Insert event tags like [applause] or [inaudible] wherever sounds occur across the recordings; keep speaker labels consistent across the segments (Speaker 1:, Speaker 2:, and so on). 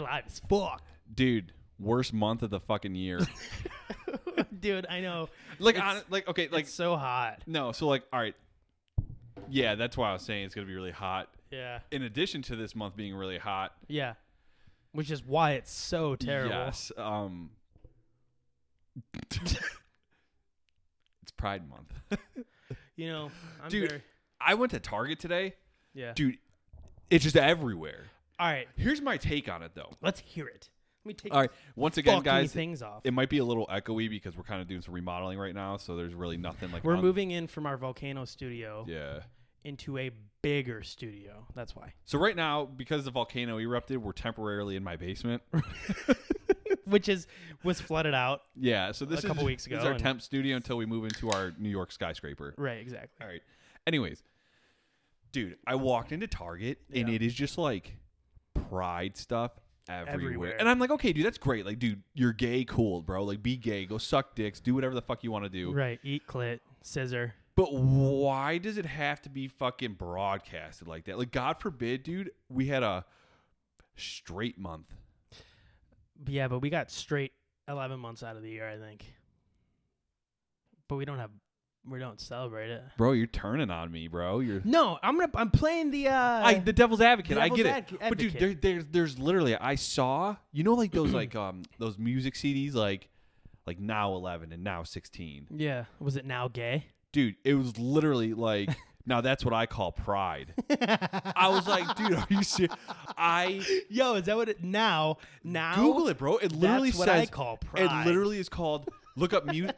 Speaker 1: hot as fuck.
Speaker 2: dude. Worst month of the fucking
Speaker 1: [laughs]
Speaker 2: year. [laughs]
Speaker 1: Dude, I know.
Speaker 2: like,
Speaker 1: It's-
Speaker 2: hon- like okay, [laughs] like
Speaker 1: it's so hot.
Speaker 2: no. So like, all right. Yeah, that's why I was saying it's gonna be really hot.
Speaker 1: Yeah.
Speaker 2: In addition to this month being really hot,
Speaker 1: Yeah. Which is why it's so terrible.
Speaker 2: Yes. Um, [laughs] it's Pride Month. [laughs]
Speaker 1: You know, I'm
Speaker 2: Dude.
Speaker 1: very
Speaker 2: I went to Target today.
Speaker 1: Yeah.
Speaker 2: Dude, it's just everywhere.
Speaker 1: All right.
Speaker 2: Here's my take on it, though.
Speaker 1: Let's hear it. Let me take
Speaker 2: All right. Once
Speaker 1: fucking
Speaker 2: again, guys,
Speaker 1: things off.
Speaker 2: it might be a little echoey because we're kind of doing some remodeling right now. So there's really nothing like.
Speaker 1: We're
Speaker 2: on-
Speaker 1: moving in from our volcano studio
Speaker 2: Yeah.
Speaker 1: into a bigger studio. That's
Speaker 2: [laughs]
Speaker 1: why.
Speaker 2: So right now, because the volcano erupted, we're temporarily in my basement. [laughs]
Speaker 1: Which is was flooded out.
Speaker 2: yeah. So this is
Speaker 1: couple weeks
Speaker 2: this is
Speaker 1: ago
Speaker 2: our
Speaker 1: and-
Speaker 2: temp studio until we move into our New York skyscraper.
Speaker 1: Right, exactly.
Speaker 2: All right. Anyways, dude, I walked into Target and
Speaker 1: Yeah.
Speaker 2: it is just like pride stuff everywhere.
Speaker 1: Everywhere.
Speaker 2: And I'm like, okay, dude, that's great. Like, dude, you're gay, cool, bro. Like, be gay, go suck dicks, do whatever the fuck you want to do.
Speaker 1: Right. Eat clit, scissor.
Speaker 2: But why does it have to be fucking broadcasted like that? Like, God forbid, dude, we had a straight month.
Speaker 1: But yeah, but we got straight eleven months out of the year, I think. But we don't have we don't celebrate it.
Speaker 2: Bro, you're turning on me, bro. You're
Speaker 1: No, I'm gonna I'm playing the uh
Speaker 2: I, the devil's advocate.
Speaker 1: devil's
Speaker 2: I get
Speaker 1: advo-
Speaker 2: it. But dude,
Speaker 1: advocate.
Speaker 2: there, there's there's literally I saw you know like those like um those music CDs like like now 11 and now 16.
Speaker 1: Yeah. Was it now gay?
Speaker 2: Dude, it was literally like now that's what I call pride. I was
Speaker 1: [laughs]
Speaker 2: like, dude, are you serious? I
Speaker 1: [laughs] Yo, is that what it now? Now
Speaker 2: Google it, bro. It literally
Speaker 1: That's
Speaker 2: says
Speaker 1: what I call pride.
Speaker 2: It literally is called look up
Speaker 1: [laughs]
Speaker 2: mu-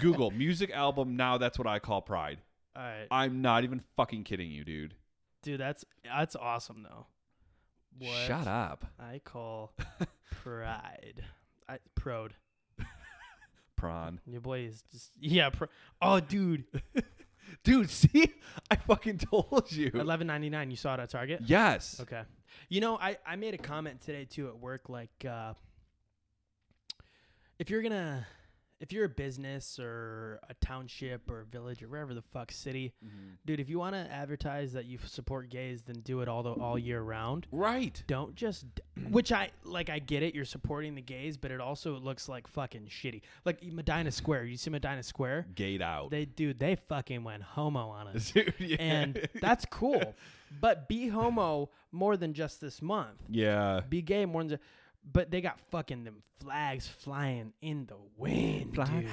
Speaker 2: Google music album now that's what I call pride.
Speaker 1: All right,
Speaker 2: I'm not even fucking kidding you, dude.
Speaker 1: dude, that's that's awesome though. What
Speaker 2: Shut up.
Speaker 1: I
Speaker 2: [laughs]
Speaker 1: call pride. I prode.
Speaker 2: Prawn.
Speaker 1: Your boy is just yeah. Pro- oh, dude,
Speaker 2: Dude, [laughs] see? I fucking told you.
Speaker 1: eleven ninety nine. You saw it at Target.
Speaker 2: Yes.
Speaker 1: Okay. You know, I, I made a comment today too at work like uh, if you're going to if you're a business or a township or a village or wherever the fuck city, dude, if you want to advertise that you f- support gays, then do it all the, all year round.
Speaker 2: Right.
Speaker 1: Don't just d- which I like I get it, you're supporting the gays, but it also looks like fucking shitty. Like Medina Square, you see Medina Square?
Speaker 2: Gate out.
Speaker 1: They dude, they fucking went homo on
Speaker 2: [laughs]
Speaker 1: us
Speaker 2: Dude, yeah.
Speaker 1: and that's cool. But be homo more than just this month.
Speaker 2: yeah.
Speaker 1: Be gay more than. Just, but they got fucking them flags flying in the wind, dude.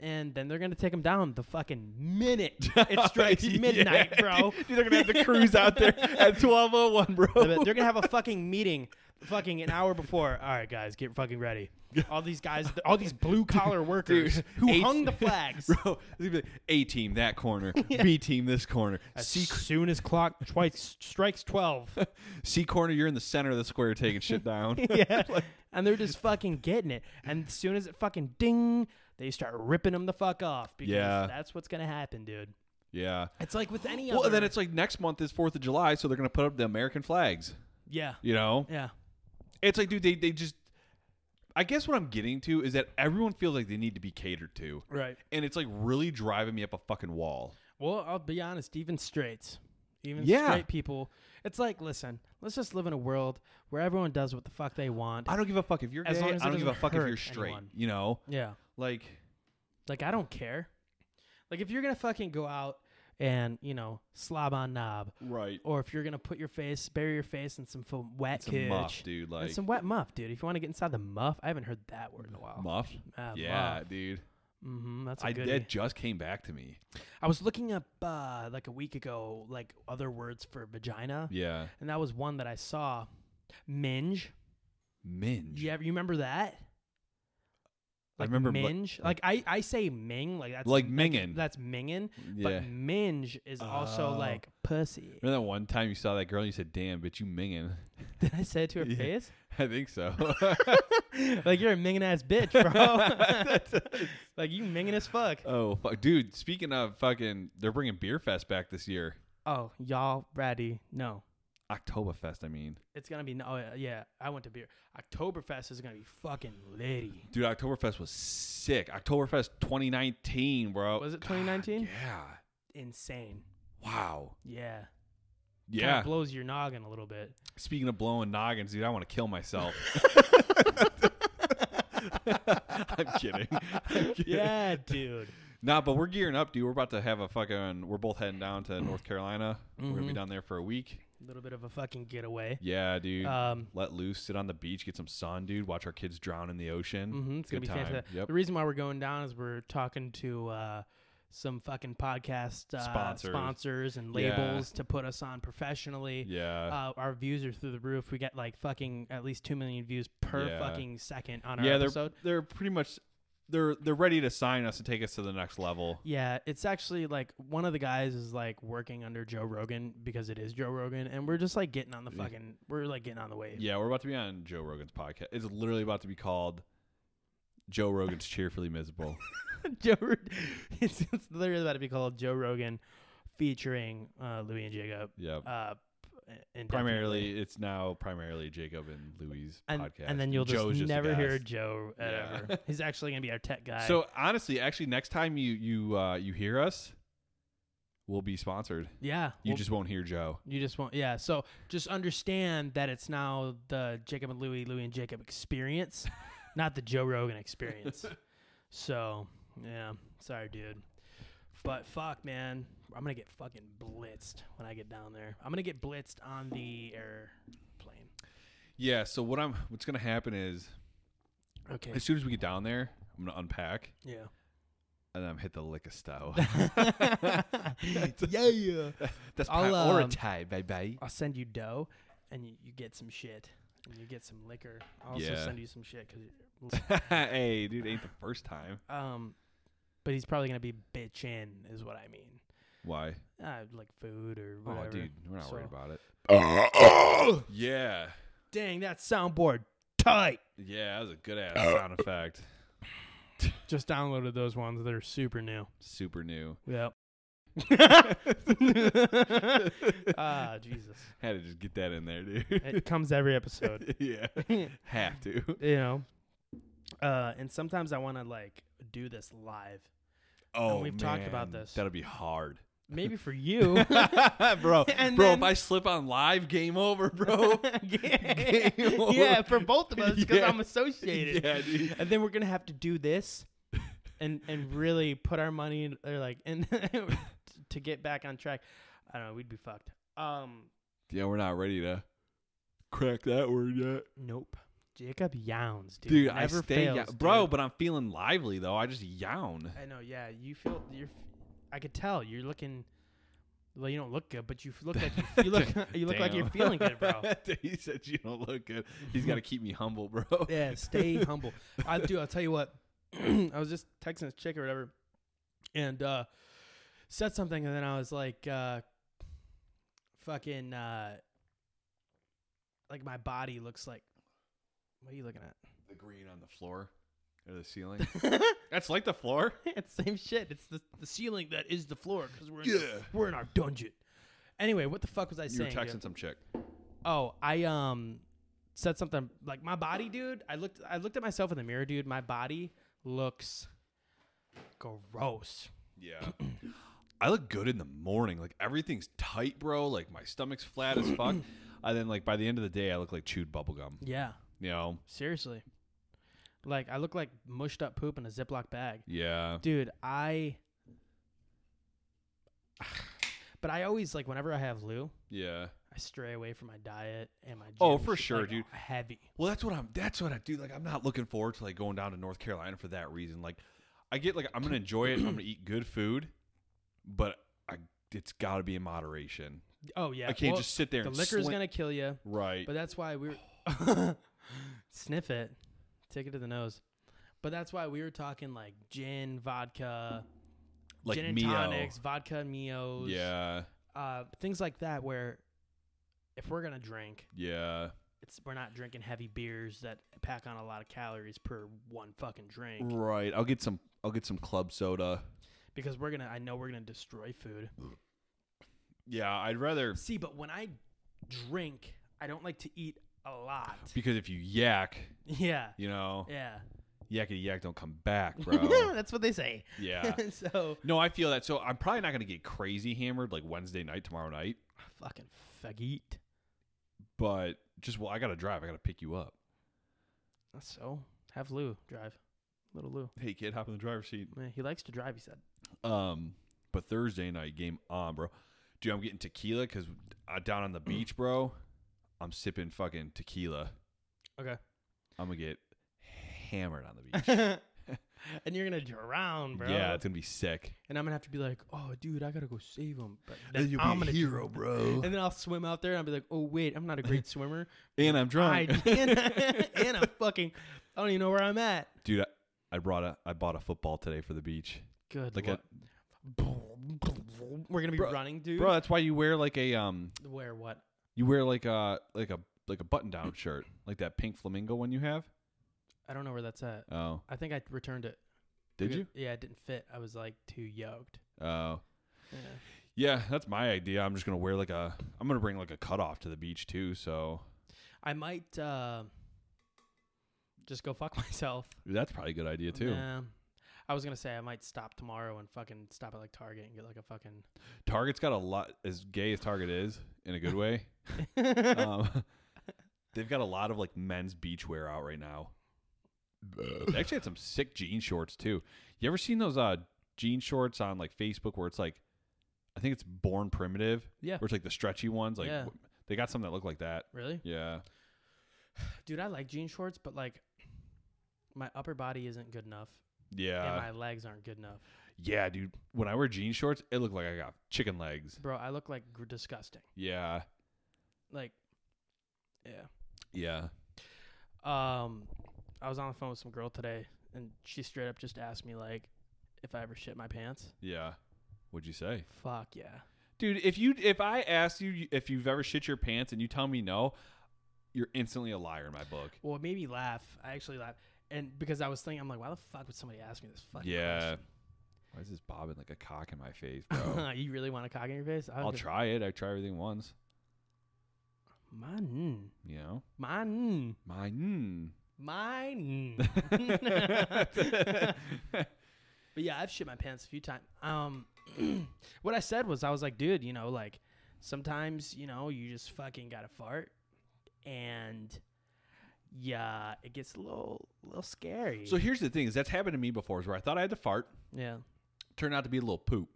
Speaker 1: And then they're gonna take them down the fucking
Speaker 2: [laughs]
Speaker 1: minute it strikes
Speaker 2: Yeah, [laughs]
Speaker 1: midnight, bro.
Speaker 2: Dude, they're gonna have the crews out there at twelve oh one, bro.
Speaker 1: But [laughs] They're gonna have a fucking meeting, fucking an hour before. All right, guys, get fucking ready. All these guys, all these blue collar workers
Speaker 2: dude,
Speaker 1: who
Speaker 2: eight-
Speaker 1: hung
Speaker 2: [laughs]
Speaker 1: the
Speaker 2: [laughs]
Speaker 1: flags.
Speaker 2: Bro, it's gonna be like, A team that
Speaker 1: [laughs]
Speaker 2: corner, B team this corner,
Speaker 1: As
Speaker 2: C
Speaker 1: soon as clock twice strikes twelve,
Speaker 2: C corner. You're in the center of the square taking shit
Speaker 1: [laughs]
Speaker 2: down. [laughs]
Speaker 1: yeah. and they're just fucking getting it. And as soon as it fucking ding, they start ripping them the fuck off because
Speaker 2: Yeah.
Speaker 1: that's what's gonna happen, dude.
Speaker 2: yeah.
Speaker 1: It's like with any
Speaker 2: Well,
Speaker 1: other.
Speaker 2: and then it's like next month is Fourth of July, so they're gonna put up the American flags.
Speaker 1: yeah,
Speaker 2: You know,
Speaker 1: yeah,
Speaker 2: it's like, dude, they they just. I guess what I'm getting to is that everyone feels like they need to be catered to.
Speaker 1: right.
Speaker 2: and it's like really driving me up a fucking wall.
Speaker 1: Well, I'll be honest. Even straights, even
Speaker 2: Yeah.
Speaker 1: straight people, it's like, listen, let's just live in a world where everyone does what the fuck they want.
Speaker 2: I don't give a fuck if you're
Speaker 1: As
Speaker 2: gay.
Speaker 1: long as it
Speaker 2: I don't give a
Speaker 1: doesn't
Speaker 2: fuck if
Speaker 1: hurt
Speaker 2: you're straight.
Speaker 1: anyone.
Speaker 2: You know,
Speaker 1: yeah,
Speaker 2: like
Speaker 1: like I don't care. Like if you're gonna fucking go out and you know slob on knob,
Speaker 2: right.
Speaker 1: or if you're gonna put your face, bury your face in some f- wet
Speaker 2: It's a
Speaker 1: kitch,
Speaker 2: muff, dude. Like
Speaker 1: That's some wet muff, dude. If you want to get inside the muff, I haven't heard that word in a while.
Speaker 2: muff.
Speaker 1: Ah,
Speaker 2: yeah,
Speaker 1: muff.
Speaker 2: dude.
Speaker 1: hmm that's a
Speaker 2: I
Speaker 1: goodie.
Speaker 2: that just came back to me.
Speaker 1: I was looking up uh, like a week ago, like other words for vagina,
Speaker 2: Yeah,
Speaker 1: and that was one that I saw. Minge.
Speaker 2: minge.
Speaker 1: You ever, you remember that?
Speaker 2: I
Speaker 1: Like
Speaker 2: remember mi-
Speaker 1: minge. Like, I, I say ming, like that's
Speaker 2: Like minging.
Speaker 1: That's minging,
Speaker 2: Yeah.
Speaker 1: but minge is also
Speaker 2: Oh.
Speaker 1: like pussy.
Speaker 2: Remember that one time you saw that girl and you said, "Damn, bitch, you minging."
Speaker 1: [laughs]
Speaker 2: [laughs]
Speaker 1: Did I say it to her
Speaker 2: Yeah. [laughs]
Speaker 1: face?
Speaker 2: I think
Speaker 1: [laughs]
Speaker 2: so.
Speaker 1: Like you're a minging ass bitch,
Speaker 2: [laughs]
Speaker 1: bro. [laughs] like you minging as fuck.
Speaker 2: oh fuck, dude. Speaking of fucking, they're bringing Beer Fest back this year.
Speaker 1: Oh, y'all ready? No.
Speaker 2: Oktoberfest, I mean.
Speaker 1: It's gonna be no, oh, yeah. I went to beer. Oktoberfest is gonna be fucking litty.
Speaker 2: Dude, Oktoberfest was sick. Oktoberfest 2019, bro.
Speaker 1: Was it
Speaker 2: Oh, God,
Speaker 1: 2019?
Speaker 2: yeah.
Speaker 1: Insane.
Speaker 2: Wow.
Speaker 1: Yeah.
Speaker 2: Yeah.
Speaker 1: blows your noggin a little bit.
Speaker 2: Speaking of blowing noggins, dude, I want to kill
Speaker 1: [laughs]
Speaker 2: myself. [laughs] I'm kidding. [laughs] I'm kidding.
Speaker 1: [laughs] yeah, dude.
Speaker 2: Nah, but we're gearing up, dude. We're about to have a fucking. We're both heading down to North Carolina. We're gonna be
Speaker 1: Mhm.
Speaker 2: down there for a week.
Speaker 1: A Mm-hmm. little bit of a fucking getaway.
Speaker 2: Yeah, dude.
Speaker 1: Um,
Speaker 2: Let loose, sit on the beach, get some sun, dude. Watch our kids drown in the ocean.
Speaker 1: mhm, it's
Speaker 2: Mm-hmm.
Speaker 1: gonna
Speaker 2: Good
Speaker 1: be
Speaker 2: time.
Speaker 1: fantastic.
Speaker 2: Yep.
Speaker 1: The reason why we're going down is we're talking to uh, some fucking podcast uh,
Speaker 2: Sponsors.
Speaker 1: sponsors and
Speaker 2: Yeah.
Speaker 1: labels to put us on professionally.
Speaker 2: Yeah.
Speaker 1: Uh, our views are through the roof. We get like fucking at least two million views per
Speaker 2: Yeah.
Speaker 1: fucking second on our
Speaker 2: yeah, they're
Speaker 1: episode.
Speaker 2: they're pretty much they're they're ready to sign us and take us to the next level.
Speaker 1: Yeah, it's actually like one of the guys is like working under Joe Rogan because it is Joe Rogan, and we're just like getting on the
Speaker 2: Yeah.
Speaker 1: fucking we're like getting on the wave.
Speaker 2: Mm. Yeah, we're about to be on Joe Rogan's podcast. It's literally about to be called Joe Rogan's Cheerfully
Speaker 1: [laughs]
Speaker 2: Miserable.
Speaker 1: [laughs] Joe, Rog- it's, it's literally about to be called Joe Rogan, featuring uh, Louis and Jacob.
Speaker 2: yep.
Speaker 1: Uh, and
Speaker 2: Primarily, it's now primarily Jacob and Louis'
Speaker 1: and,
Speaker 2: podcast.
Speaker 1: and then you'll
Speaker 2: Joe's
Speaker 1: just
Speaker 2: a
Speaker 1: never hear
Speaker 2: guest.
Speaker 1: Joe
Speaker 2: Yeah.
Speaker 1: ever. He's actually gonna be
Speaker 2: [laughs]
Speaker 1: our tech guy.
Speaker 2: So honestly, actually, next time you you uh, you hear us, we'll be sponsored.
Speaker 1: yeah,
Speaker 2: You
Speaker 1: we'll-
Speaker 2: just won't hear Joe.
Speaker 1: you just won't. Yeah, so just understand that it's now the Jacob and Louis, Louis and Jacob experience, not the Joe Rogan experience. so yeah, sorry, dude. But fuck, man, I'm gonna get fucking blitzed when I get down there. I'm gonna get blitzed on the airplane.
Speaker 2: Yeah. So what I'm what's gonna happen is
Speaker 1: Okay.
Speaker 2: as soon as we get down there, I'm gonna unpack
Speaker 1: Yeah.
Speaker 2: and then I'm hit the lick of
Speaker 1: [laughs]
Speaker 2: stow.
Speaker 1: yeah, yeah.
Speaker 2: That's
Speaker 1: I'll, um,
Speaker 2: tie, baby.
Speaker 1: [laughs] I'll send you dough, and you, you get some shit, and you get some liquor. I'll also
Speaker 2: Yeah.
Speaker 1: send you some shit because
Speaker 2: hey, dude, ain't the first time.
Speaker 1: Um, but he's probably gonna be bitchin', is what I mean.
Speaker 2: Why?
Speaker 1: Uh, like food or
Speaker 2: Oh,
Speaker 1: whatever.
Speaker 2: dude, we're not worried
Speaker 1: So-
Speaker 2: about [coughs] it. yeah,
Speaker 1: Dang, that soundboard tight.
Speaker 2: yeah, that was a good ass [coughs] sound effect.
Speaker 1: Just downloaded those ones that are super new.
Speaker 2: Super
Speaker 1: [laughs]
Speaker 2: new. [laughs]
Speaker 1: Yep. ah, Jesus.
Speaker 2: Had to just get that in there,
Speaker 1: It
Speaker 2: dude.
Speaker 1: comes every
Speaker 2: [laughs]
Speaker 1: episode.
Speaker 2: yeah,
Speaker 1: you
Speaker 2: have to.
Speaker 1: know. Uh, and sometimes I want to like do this live.
Speaker 2: Oh,
Speaker 1: we've talked about
Speaker 2: man,
Speaker 1: this.
Speaker 2: That'll be hard,
Speaker 1: Maybe
Speaker 2: [laughs]
Speaker 1: for [laughs] you. [laughs]
Speaker 2: bro.
Speaker 1: And
Speaker 2: bro,
Speaker 1: then-
Speaker 2: if I slip on live, game
Speaker 1: [laughs]
Speaker 2: over, bro.
Speaker 1: yeah.
Speaker 2: Game over.
Speaker 1: Yeah, for both of us because
Speaker 2: Yeah.
Speaker 1: I'm associated.
Speaker 2: yeah, dude.
Speaker 1: And then we're gonna have to do this, and and really put our money in, [laughs] or like and to get back on track. I don't know. We'd be fucked. Um,
Speaker 2: Yeah, we're not ready to crack that word yet.
Speaker 1: nope. Jacob yowns, dude.
Speaker 2: Dude, I
Speaker 1: Never
Speaker 2: stay,
Speaker 1: fails,
Speaker 2: ya- bro.
Speaker 1: dude.
Speaker 2: But I'm feeling lively though. I just yawn.
Speaker 1: I know. Yeah, you feel you're. I could tell you're looking. Well, you don't look good, but you f- look like you,
Speaker 2: [laughs]
Speaker 1: you look. You look like you're
Speaker 2: Damn.
Speaker 1: feeling
Speaker 2: [laughs]
Speaker 1: good, bro.
Speaker 2: he said you don't look good. He's got to keep me humble, bro. [laughs]
Speaker 1: Yeah, stay humble. I do. I'll tell you what. [clears throat] I was just texting this chick or whatever, and uh, said something, and then I was like, uh, "Fucking, uh, like my body looks like." What are you looking
Speaker 2: The green on the floor or the ceiling.
Speaker 1: at?
Speaker 2: [laughs]
Speaker 1: [laughs]
Speaker 2: That's like the floor.
Speaker 1: it's the same shit. It's the, the ceiling that is the floor because we're in the- we're in our dungeon. Anyway, what the fuck was I
Speaker 2: You were
Speaker 1: saying? dude?
Speaker 2: texting some chick.
Speaker 1: Oh, I um said something like my body, dude. I looked I looked at myself in the mirror, dude. My body looks gross.
Speaker 2: Yeah. [clears throat] I look good in the morning. Like everything's tight, bro. Like my stomach's flat as
Speaker 1: [clears throat]
Speaker 2: fuck. And then like by the end of the day, I look like chewed bubblegum.
Speaker 1: Yeah,
Speaker 2: You know?
Speaker 1: seriously. Like I look like mushed up poop in a Ziploc bag.
Speaker 2: Yeah.
Speaker 1: Dude, I [sighs] But I always like whenever I have Lou,
Speaker 2: Yeah.
Speaker 1: I stray away from my diet and my gym
Speaker 2: Oh,
Speaker 1: is,
Speaker 2: for sure,
Speaker 1: like,
Speaker 2: dude.
Speaker 1: Heavy.
Speaker 2: Well, that's what I'm. That's what I do. Like, I'm not looking forward to like going down to North Carolina for that reason. Like, I get like I'm gonna enjoy it. I'm gonna eat good food, but I it's got to be in moderation.
Speaker 1: Oh yeah.
Speaker 2: I can't
Speaker 1: well,
Speaker 2: just sit there.
Speaker 1: the
Speaker 2: and
Speaker 1: liquor's
Speaker 2: slink-
Speaker 1: gonna kill you.
Speaker 2: right.
Speaker 1: But that's why we were [laughs] sniff it, take it to the nose. But that's why we were talking like gin, vodka,
Speaker 2: like
Speaker 1: gin and
Speaker 2: Mio.
Speaker 1: tonics, vodka meos,
Speaker 2: Yeah,
Speaker 1: uh, things like that. Where if we're gonna drink,
Speaker 2: yeah,
Speaker 1: it's we're not drinking heavy beers that pack on a lot of calories per one fucking drink
Speaker 2: right. I'll get some. I'll get some club soda.
Speaker 1: because we're gonna. I know we're gonna destroy food.
Speaker 2: Yeah, I'd rather
Speaker 1: See, but when I drink, I don't like to eat a lot.
Speaker 2: because if you yak,
Speaker 1: Yeah,
Speaker 2: you know,
Speaker 1: yeah,
Speaker 2: yakety yak don't come back, bro.
Speaker 1: [laughs] that's what they say.
Speaker 2: yeah.
Speaker 1: [laughs] so
Speaker 2: No, I feel that. So I'm probably not gonna get crazy hammered like Wednesday night tomorrow night.
Speaker 1: Fucking faggot.
Speaker 2: But just well, I gotta drive. I gotta pick you up.
Speaker 1: So have Lou drive, little Lou.
Speaker 2: Hey kid, hop in the driver's seat.
Speaker 1: Man, he likes to drive. He said.
Speaker 2: Um, but Thursday night game on, bro. Dude, I'm getting tequila because down on the beach, bro. I'm sipping fucking tequila.
Speaker 1: Okay.
Speaker 2: I'm gonna get hammered on the beach. [laughs]
Speaker 1: and you're gonna drown, [laughs] bro.
Speaker 2: yeah, it's gonna be sick.
Speaker 1: And I'm gonna have to be like, oh, dude, I gotta go save him. But
Speaker 2: And
Speaker 1: then
Speaker 2: you'll be
Speaker 1: I'm
Speaker 2: a
Speaker 1: gonna
Speaker 2: hero,
Speaker 1: drown.
Speaker 2: bro.
Speaker 1: And then I'll swim out there and I'll be like, oh wait, I'm not
Speaker 2: [laughs]
Speaker 1: a great swimmer.
Speaker 2: And I'm drunk,
Speaker 1: I,
Speaker 2: [laughs]
Speaker 1: [laughs] and, I, and I'm fucking, I don't even know where I'm at.
Speaker 2: dude. I, I brought a I bought a football today for the beach.
Speaker 1: Good.
Speaker 2: Like
Speaker 1: lord. We're gonna be
Speaker 2: Bro-
Speaker 1: running, dude.
Speaker 2: Bro, that's why you wear like a um
Speaker 1: Where what?
Speaker 2: you wear like a like a like a button down shirt like that pink flamingo one you have.
Speaker 1: I don't know where that's at.
Speaker 2: Oh,
Speaker 1: I think I returned it.
Speaker 2: did
Speaker 1: Because-
Speaker 2: you?
Speaker 1: Yeah, it didn't fit. I was like too yoked.
Speaker 2: Oh,
Speaker 1: Yeah.
Speaker 2: yeah. That's my idea. I'm just gonna wear like a I'm gonna bring like a cutoff to the beach too. So
Speaker 1: I might uh, just go fuck [laughs] myself.
Speaker 2: that's probably a good idea too.
Speaker 1: Nah. I was gonna say I might stop tomorrow and fucking stop at like Target and get like a fucking.
Speaker 2: Target's got a lot as gay as Target is in a good
Speaker 1: [laughs]
Speaker 2: way. um, they've got a lot of like men's beach wear out right now. They actually had some sick jean shorts too. You ever seen those uh jean shorts on like Facebook where it's like I think it's Born Primitive.
Speaker 1: Yeah.
Speaker 2: Where it's like the stretchy ones. Like
Speaker 1: Yeah.
Speaker 2: w- they got some that look like that.
Speaker 1: Really,
Speaker 2: Yeah.
Speaker 1: dude? I like jean shorts, but like my upper body isn't good enough and
Speaker 2: Yeah.
Speaker 1: my legs aren't good enough,
Speaker 2: Yeah, dude. When I wear jean shorts, it looked like I got chicken legs.
Speaker 1: bro. I look like gr- disgusting.
Speaker 2: Yeah.
Speaker 1: Like, yeah.
Speaker 2: Yeah.
Speaker 1: Um, I was on the phone with some girl today, and she straight up just asked me like if I ever shit my pants.
Speaker 2: Yeah. What'd you say?
Speaker 1: Fuck yeah.
Speaker 2: Dude, if you if I asked you if you've ever shit your pants and you tell me no, you're instantly a liar in my book.
Speaker 1: Well, it made me laugh. I actually laughed, and because I was thinking, I'm like, why the fuck would somebody ask me this fucking
Speaker 2: Yeah. Why is this bobbing like a cock in my [laughs] face, bro?
Speaker 1: question? [laughs] you really want a cock in your face? I
Speaker 2: Oh. I'll
Speaker 1: just-
Speaker 2: try it. I try everything once.
Speaker 1: Mine,
Speaker 2: You know,
Speaker 1: mine,
Speaker 2: mine. [laughs]
Speaker 1: mine.
Speaker 2: Hmm.
Speaker 1: But yeah, I've shit my pants a few times. Um, [clears throat] what I said was, I was like, dude, you know, like sometimes, you know, you just fucking gotta fart, and yeah, it gets a little, little scary.
Speaker 2: so here's the thing: is that's happened to me before, is where I thought I had to fart,
Speaker 1: yeah,
Speaker 2: turned out to be a little poop.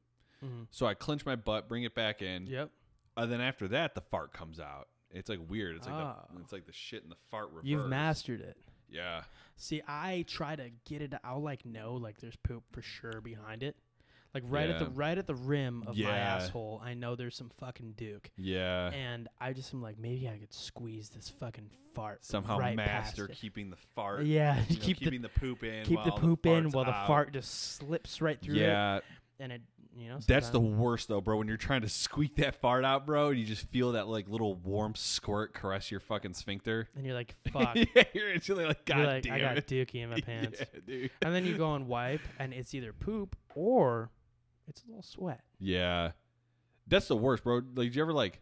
Speaker 1: Mhm.
Speaker 2: So I clench my butt, bring it back in,
Speaker 1: yep.
Speaker 2: and then after that, the fart comes out. It's like weird. It's like
Speaker 1: Oh.
Speaker 2: the, it's like the shit and the fart reverse.
Speaker 1: You've mastered it.
Speaker 2: Yeah,
Speaker 1: See, I try to get it. I'll like know like there's poop for sure behind it, like right at the
Speaker 2: Yeah.
Speaker 1: right at the rim of my
Speaker 2: Yeah.
Speaker 1: asshole. I know there's some fucking Duke,
Speaker 2: yeah.
Speaker 1: and I just am like maybe I could squeeze this fucking fart
Speaker 2: Somehow
Speaker 1: right past
Speaker 2: master
Speaker 1: it.
Speaker 2: keeping the fart.
Speaker 1: Yeah, [laughs]
Speaker 2: you know,
Speaker 1: keep the
Speaker 2: keeping the, poop in.
Speaker 1: keep the
Speaker 2: while
Speaker 1: poop in
Speaker 2: fart's
Speaker 1: while the
Speaker 2: out.
Speaker 1: fart just slips right through it,
Speaker 2: Yeah,
Speaker 1: and it you know
Speaker 2: That's the
Speaker 1: sometimes-
Speaker 2: worst though, bro. When you're trying to squeak that fart out, bro, and you just feel that like little warm squirt caress your fucking sphincter.
Speaker 1: and
Speaker 2: [laughs]
Speaker 1: you're like fuck,
Speaker 2: yeah, you're instantly like, God
Speaker 1: you're like
Speaker 2: damn
Speaker 1: I got
Speaker 2: it.
Speaker 1: dookie in [laughs] my pants,
Speaker 2: [laughs] Yeah, dude.
Speaker 1: and then you go and wipe, and it's either poop or it's a little sweat.
Speaker 2: Yeah, that's the worst, bro. Like, did you ever like,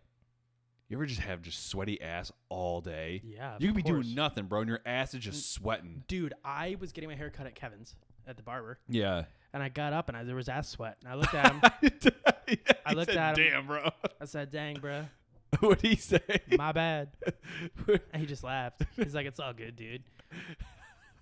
Speaker 2: you ever just have just sweaty ass all day?
Speaker 1: Yeah, of
Speaker 2: you could be
Speaker 1: course.
Speaker 2: doing nothing, bro, and your ass is just sweating.
Speaker 1: Dude, I was getting my hair cut at Kevin's at the barber,
Speaker 2: Yeah.
Speaker 1: and I got up and I, there was ass sweat. And I
Speaker 2: [laughs]
Speaker 1: looked at him.
Speaker 2: I
Speaker 1: looked at him.
Speaker 2: Damn, bro. [laughs]
Speaker 1: I said, "Dang, bruh,
Speaker 2: What'd he say?
Speaker 1: my bad." And he just laughed. He's like, "It's all good, dude."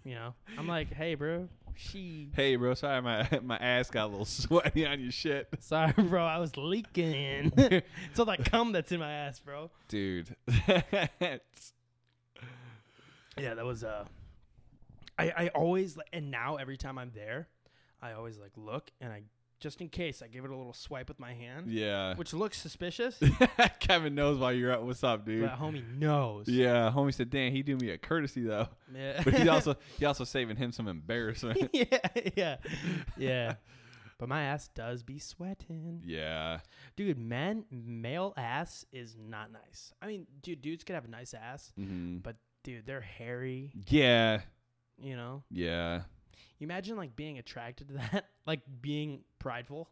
Speaker 1: You know, I'm like, "Hey, bro, she."
Speaker 2: [laughs]
Speaker 1: [laughs]
Speaker 2: hey, bro. Sorry, my my ass got a little sweaty on your shit.
Speaker 1: Sorry, bro. I was leaking. [laughs] it's all that cum that's in my ass, bro.
Speaker 2: dude. That's-
Speaker 1: Yeah, that was. Uh, I I always li- and now every time I'm there, I always like look and I just in case I give it a little swipe with my
Speaker 2: [laughs]
Speaker 1: hand,
Speaker 2: yeah.
Speaker 1: which looks suspicious,
Speaker 2: [laughs] Kevin knows why you're out. What's up, dude?
Speaker 1: but homie knows.
Speaker 2: Yeah, homie said, "Dan, he do me a courtesy [laughs] though,
Speaker 1: Yeah.
Speaker 2: but
Speaker 1: [laughs]
Speaker 2: he also he also saving him some embarrassment." [laughs]
Speaker 1: yeah, yeah, yeah. But my ass does be sweating,
Speaker 2: yeah,
Speaker 1: dude. Men, male ass is not nice. I mean, dude, dudes could have a nice ass,
Speaker 2: Mhm.
Speaker 1: but dude, they're hairy.
Speaker 2: yeah,
Speaker 1: You know,
Speaker 2: yeah,
Speaker 1: you imagine like being attracted to that, [laughs] like being prideful.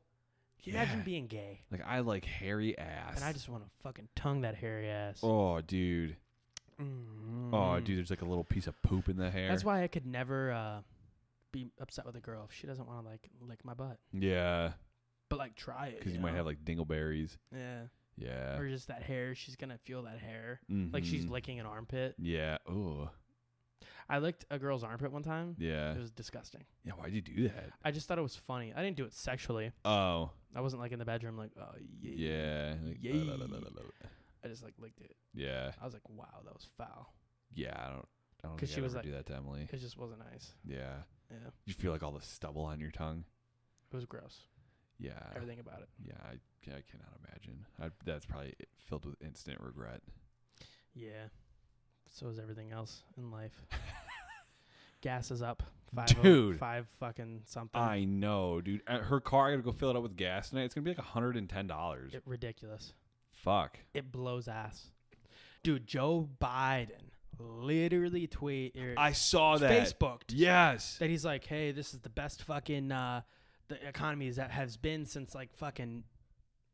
Speaker 1: Imagine
Speaker 2: Yeah.
Speaker 1: being gay,
Speaker 2: Like I like hairy ass.
Speaker 1: and I just want to fucking tongue that hairy ass.
Speaker 2: oh, dude,
Speaker 1: Mm.
Speaker 2: oh, dude, there's like a little piece of poop in the hair.
Speaker 1: That's why I could never uh, be upset with a girl if she doesn't want to like lick my butt,
Speaker 2: yeah,
Speaker 1: but like try it.
Speaker 2: because you might
Speaker 1: know?
Speaker 2: have like dingleberries.
Speaker 1: yeah.
Speaker 2: Yeah.
Speaker 1: or just that hair. She's gonna feel that hair, like she's
Speaker 2: Mhm.
Speaker 1: licking an armpit.
Speaker 2: Yeah. Oh.
Speaker 1: I licked a girl's armpit one time.
Speaker 2: Yeah.
Speaker 1: It was disgusting.
Speaker 2: Yeah. Why'd you do that?
Speaker 1: I just thought it was funny. I didn't do it sexually.
Speaker 2: Oh.
Speaker 1: I wasn't like in the bedroom, like oh yeah.
Speaker 2: Yeah. Like,
Speaker 1: Yay.
Speaker 2: la, la, la, la, la, la.
Speaker 1: I just like licked it.
Speaker 2: Yeah.
Speaker 1: I was like, wow, that was foul.
Speaker 2: Yeah. I don't. I don't
Speaker 1: 'Cause
Speaker 2: think
Speaker 1: she
Speaker 2: I'd
Speaker 1: was
Speaker 2: ever do
Speaker 1: like-
Speaker 2: that to Emily.
Speaker 1: It just wasn't nice.
Speaker 2: Yeah.
Speaker 1: Yeah,
Speaker 2: You feel like all the stubble on your tongue.
Speaker 1: it was gross.
Speaker 2: Yeah.
Speaker 1: Everything about it.
Speaker 2: Yeah. I, I cannot imagine. I, that's probably filled with instant regret.
Speaker 1: Yeah. So is everything else in life. [laughs] Gas is up. Five
Speaker 2: Dude.
Speaker 1: five fucking something.
Speaker 2: I know, dude. At her car, I gotta go fill it up with gas tonight. It's gonna be like hundred and ten dollars.
Speaker 1: It ridiculous.
Speaker 2: Fuck.
Speaker 1: It blows ass. Dude, Joe Biden literally tweet er,
Speaker 2: I saw that.
Speaker 1: Facebooked
Speaker 2: Yes.
Speaker 1: that he's like, hey, this is the best fucking uh the economy that has been since like fucking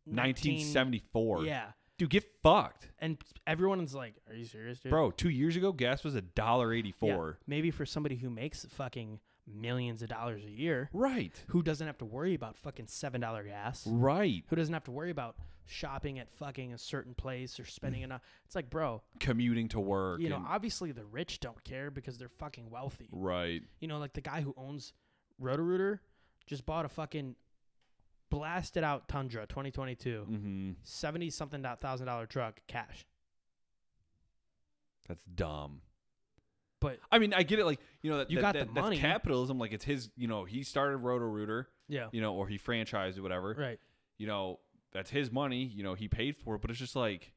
Speaker 1: 1970.
Speaker 2: 1974.
Speaker 1: Yeah.
Speaker 2: Dude, get fucked.
Speaker 1: And everyone's like, Are you serious, dude?
Speaker 2: Bro, two years ago, gas was a dollar eighty
Speaker 1: Yeah,
Speaker 2: four.
Speaker 1: maybe for somebody who makes fucking millions of dollars a year.
Speaker 2: Right.
Speaker 1: who doesn't have to worry about fucking seven dollar gas,
Speaker 2: Right.
Speaker 1: who doesn't have to worry about shopping at fucking a certain place or spending enough. It's like, bro,
Speaker 2: Commuting to work.
Speaker 1: you know,
Speaker 2: and-
Speaker 1: obviously the rich don't care because they're fucking wealthy.
Speaker 2: right.
Speaker 1: You know, like the guy who owns Roto-Rooter just bought a fucking blasted out Tundra 2022,
Speaker 2: Mm-hmm.
Speaker 1: seventy something dot thousand dollar truck cash.
Speaker 2: That's dumb.
Speaker 1: But
Speaker 2: I mean, I get it. Like you know that
Speaker 1: You
Speaker 2: that-
Speaker 1: got
Speaker 2: that-
Speaker 1: the
Speaker 2: that's
Speaker 1: money.
Speaker 2: capitalism. Like it's his. You know, he started Roto Rooter.
Speaker 1: yeah,
Speaker 2: You know, or he franchised or whatever.
Speaker 1: right.
Speaker 2: you know, that's his money. You know, he paid for it, but it's just like,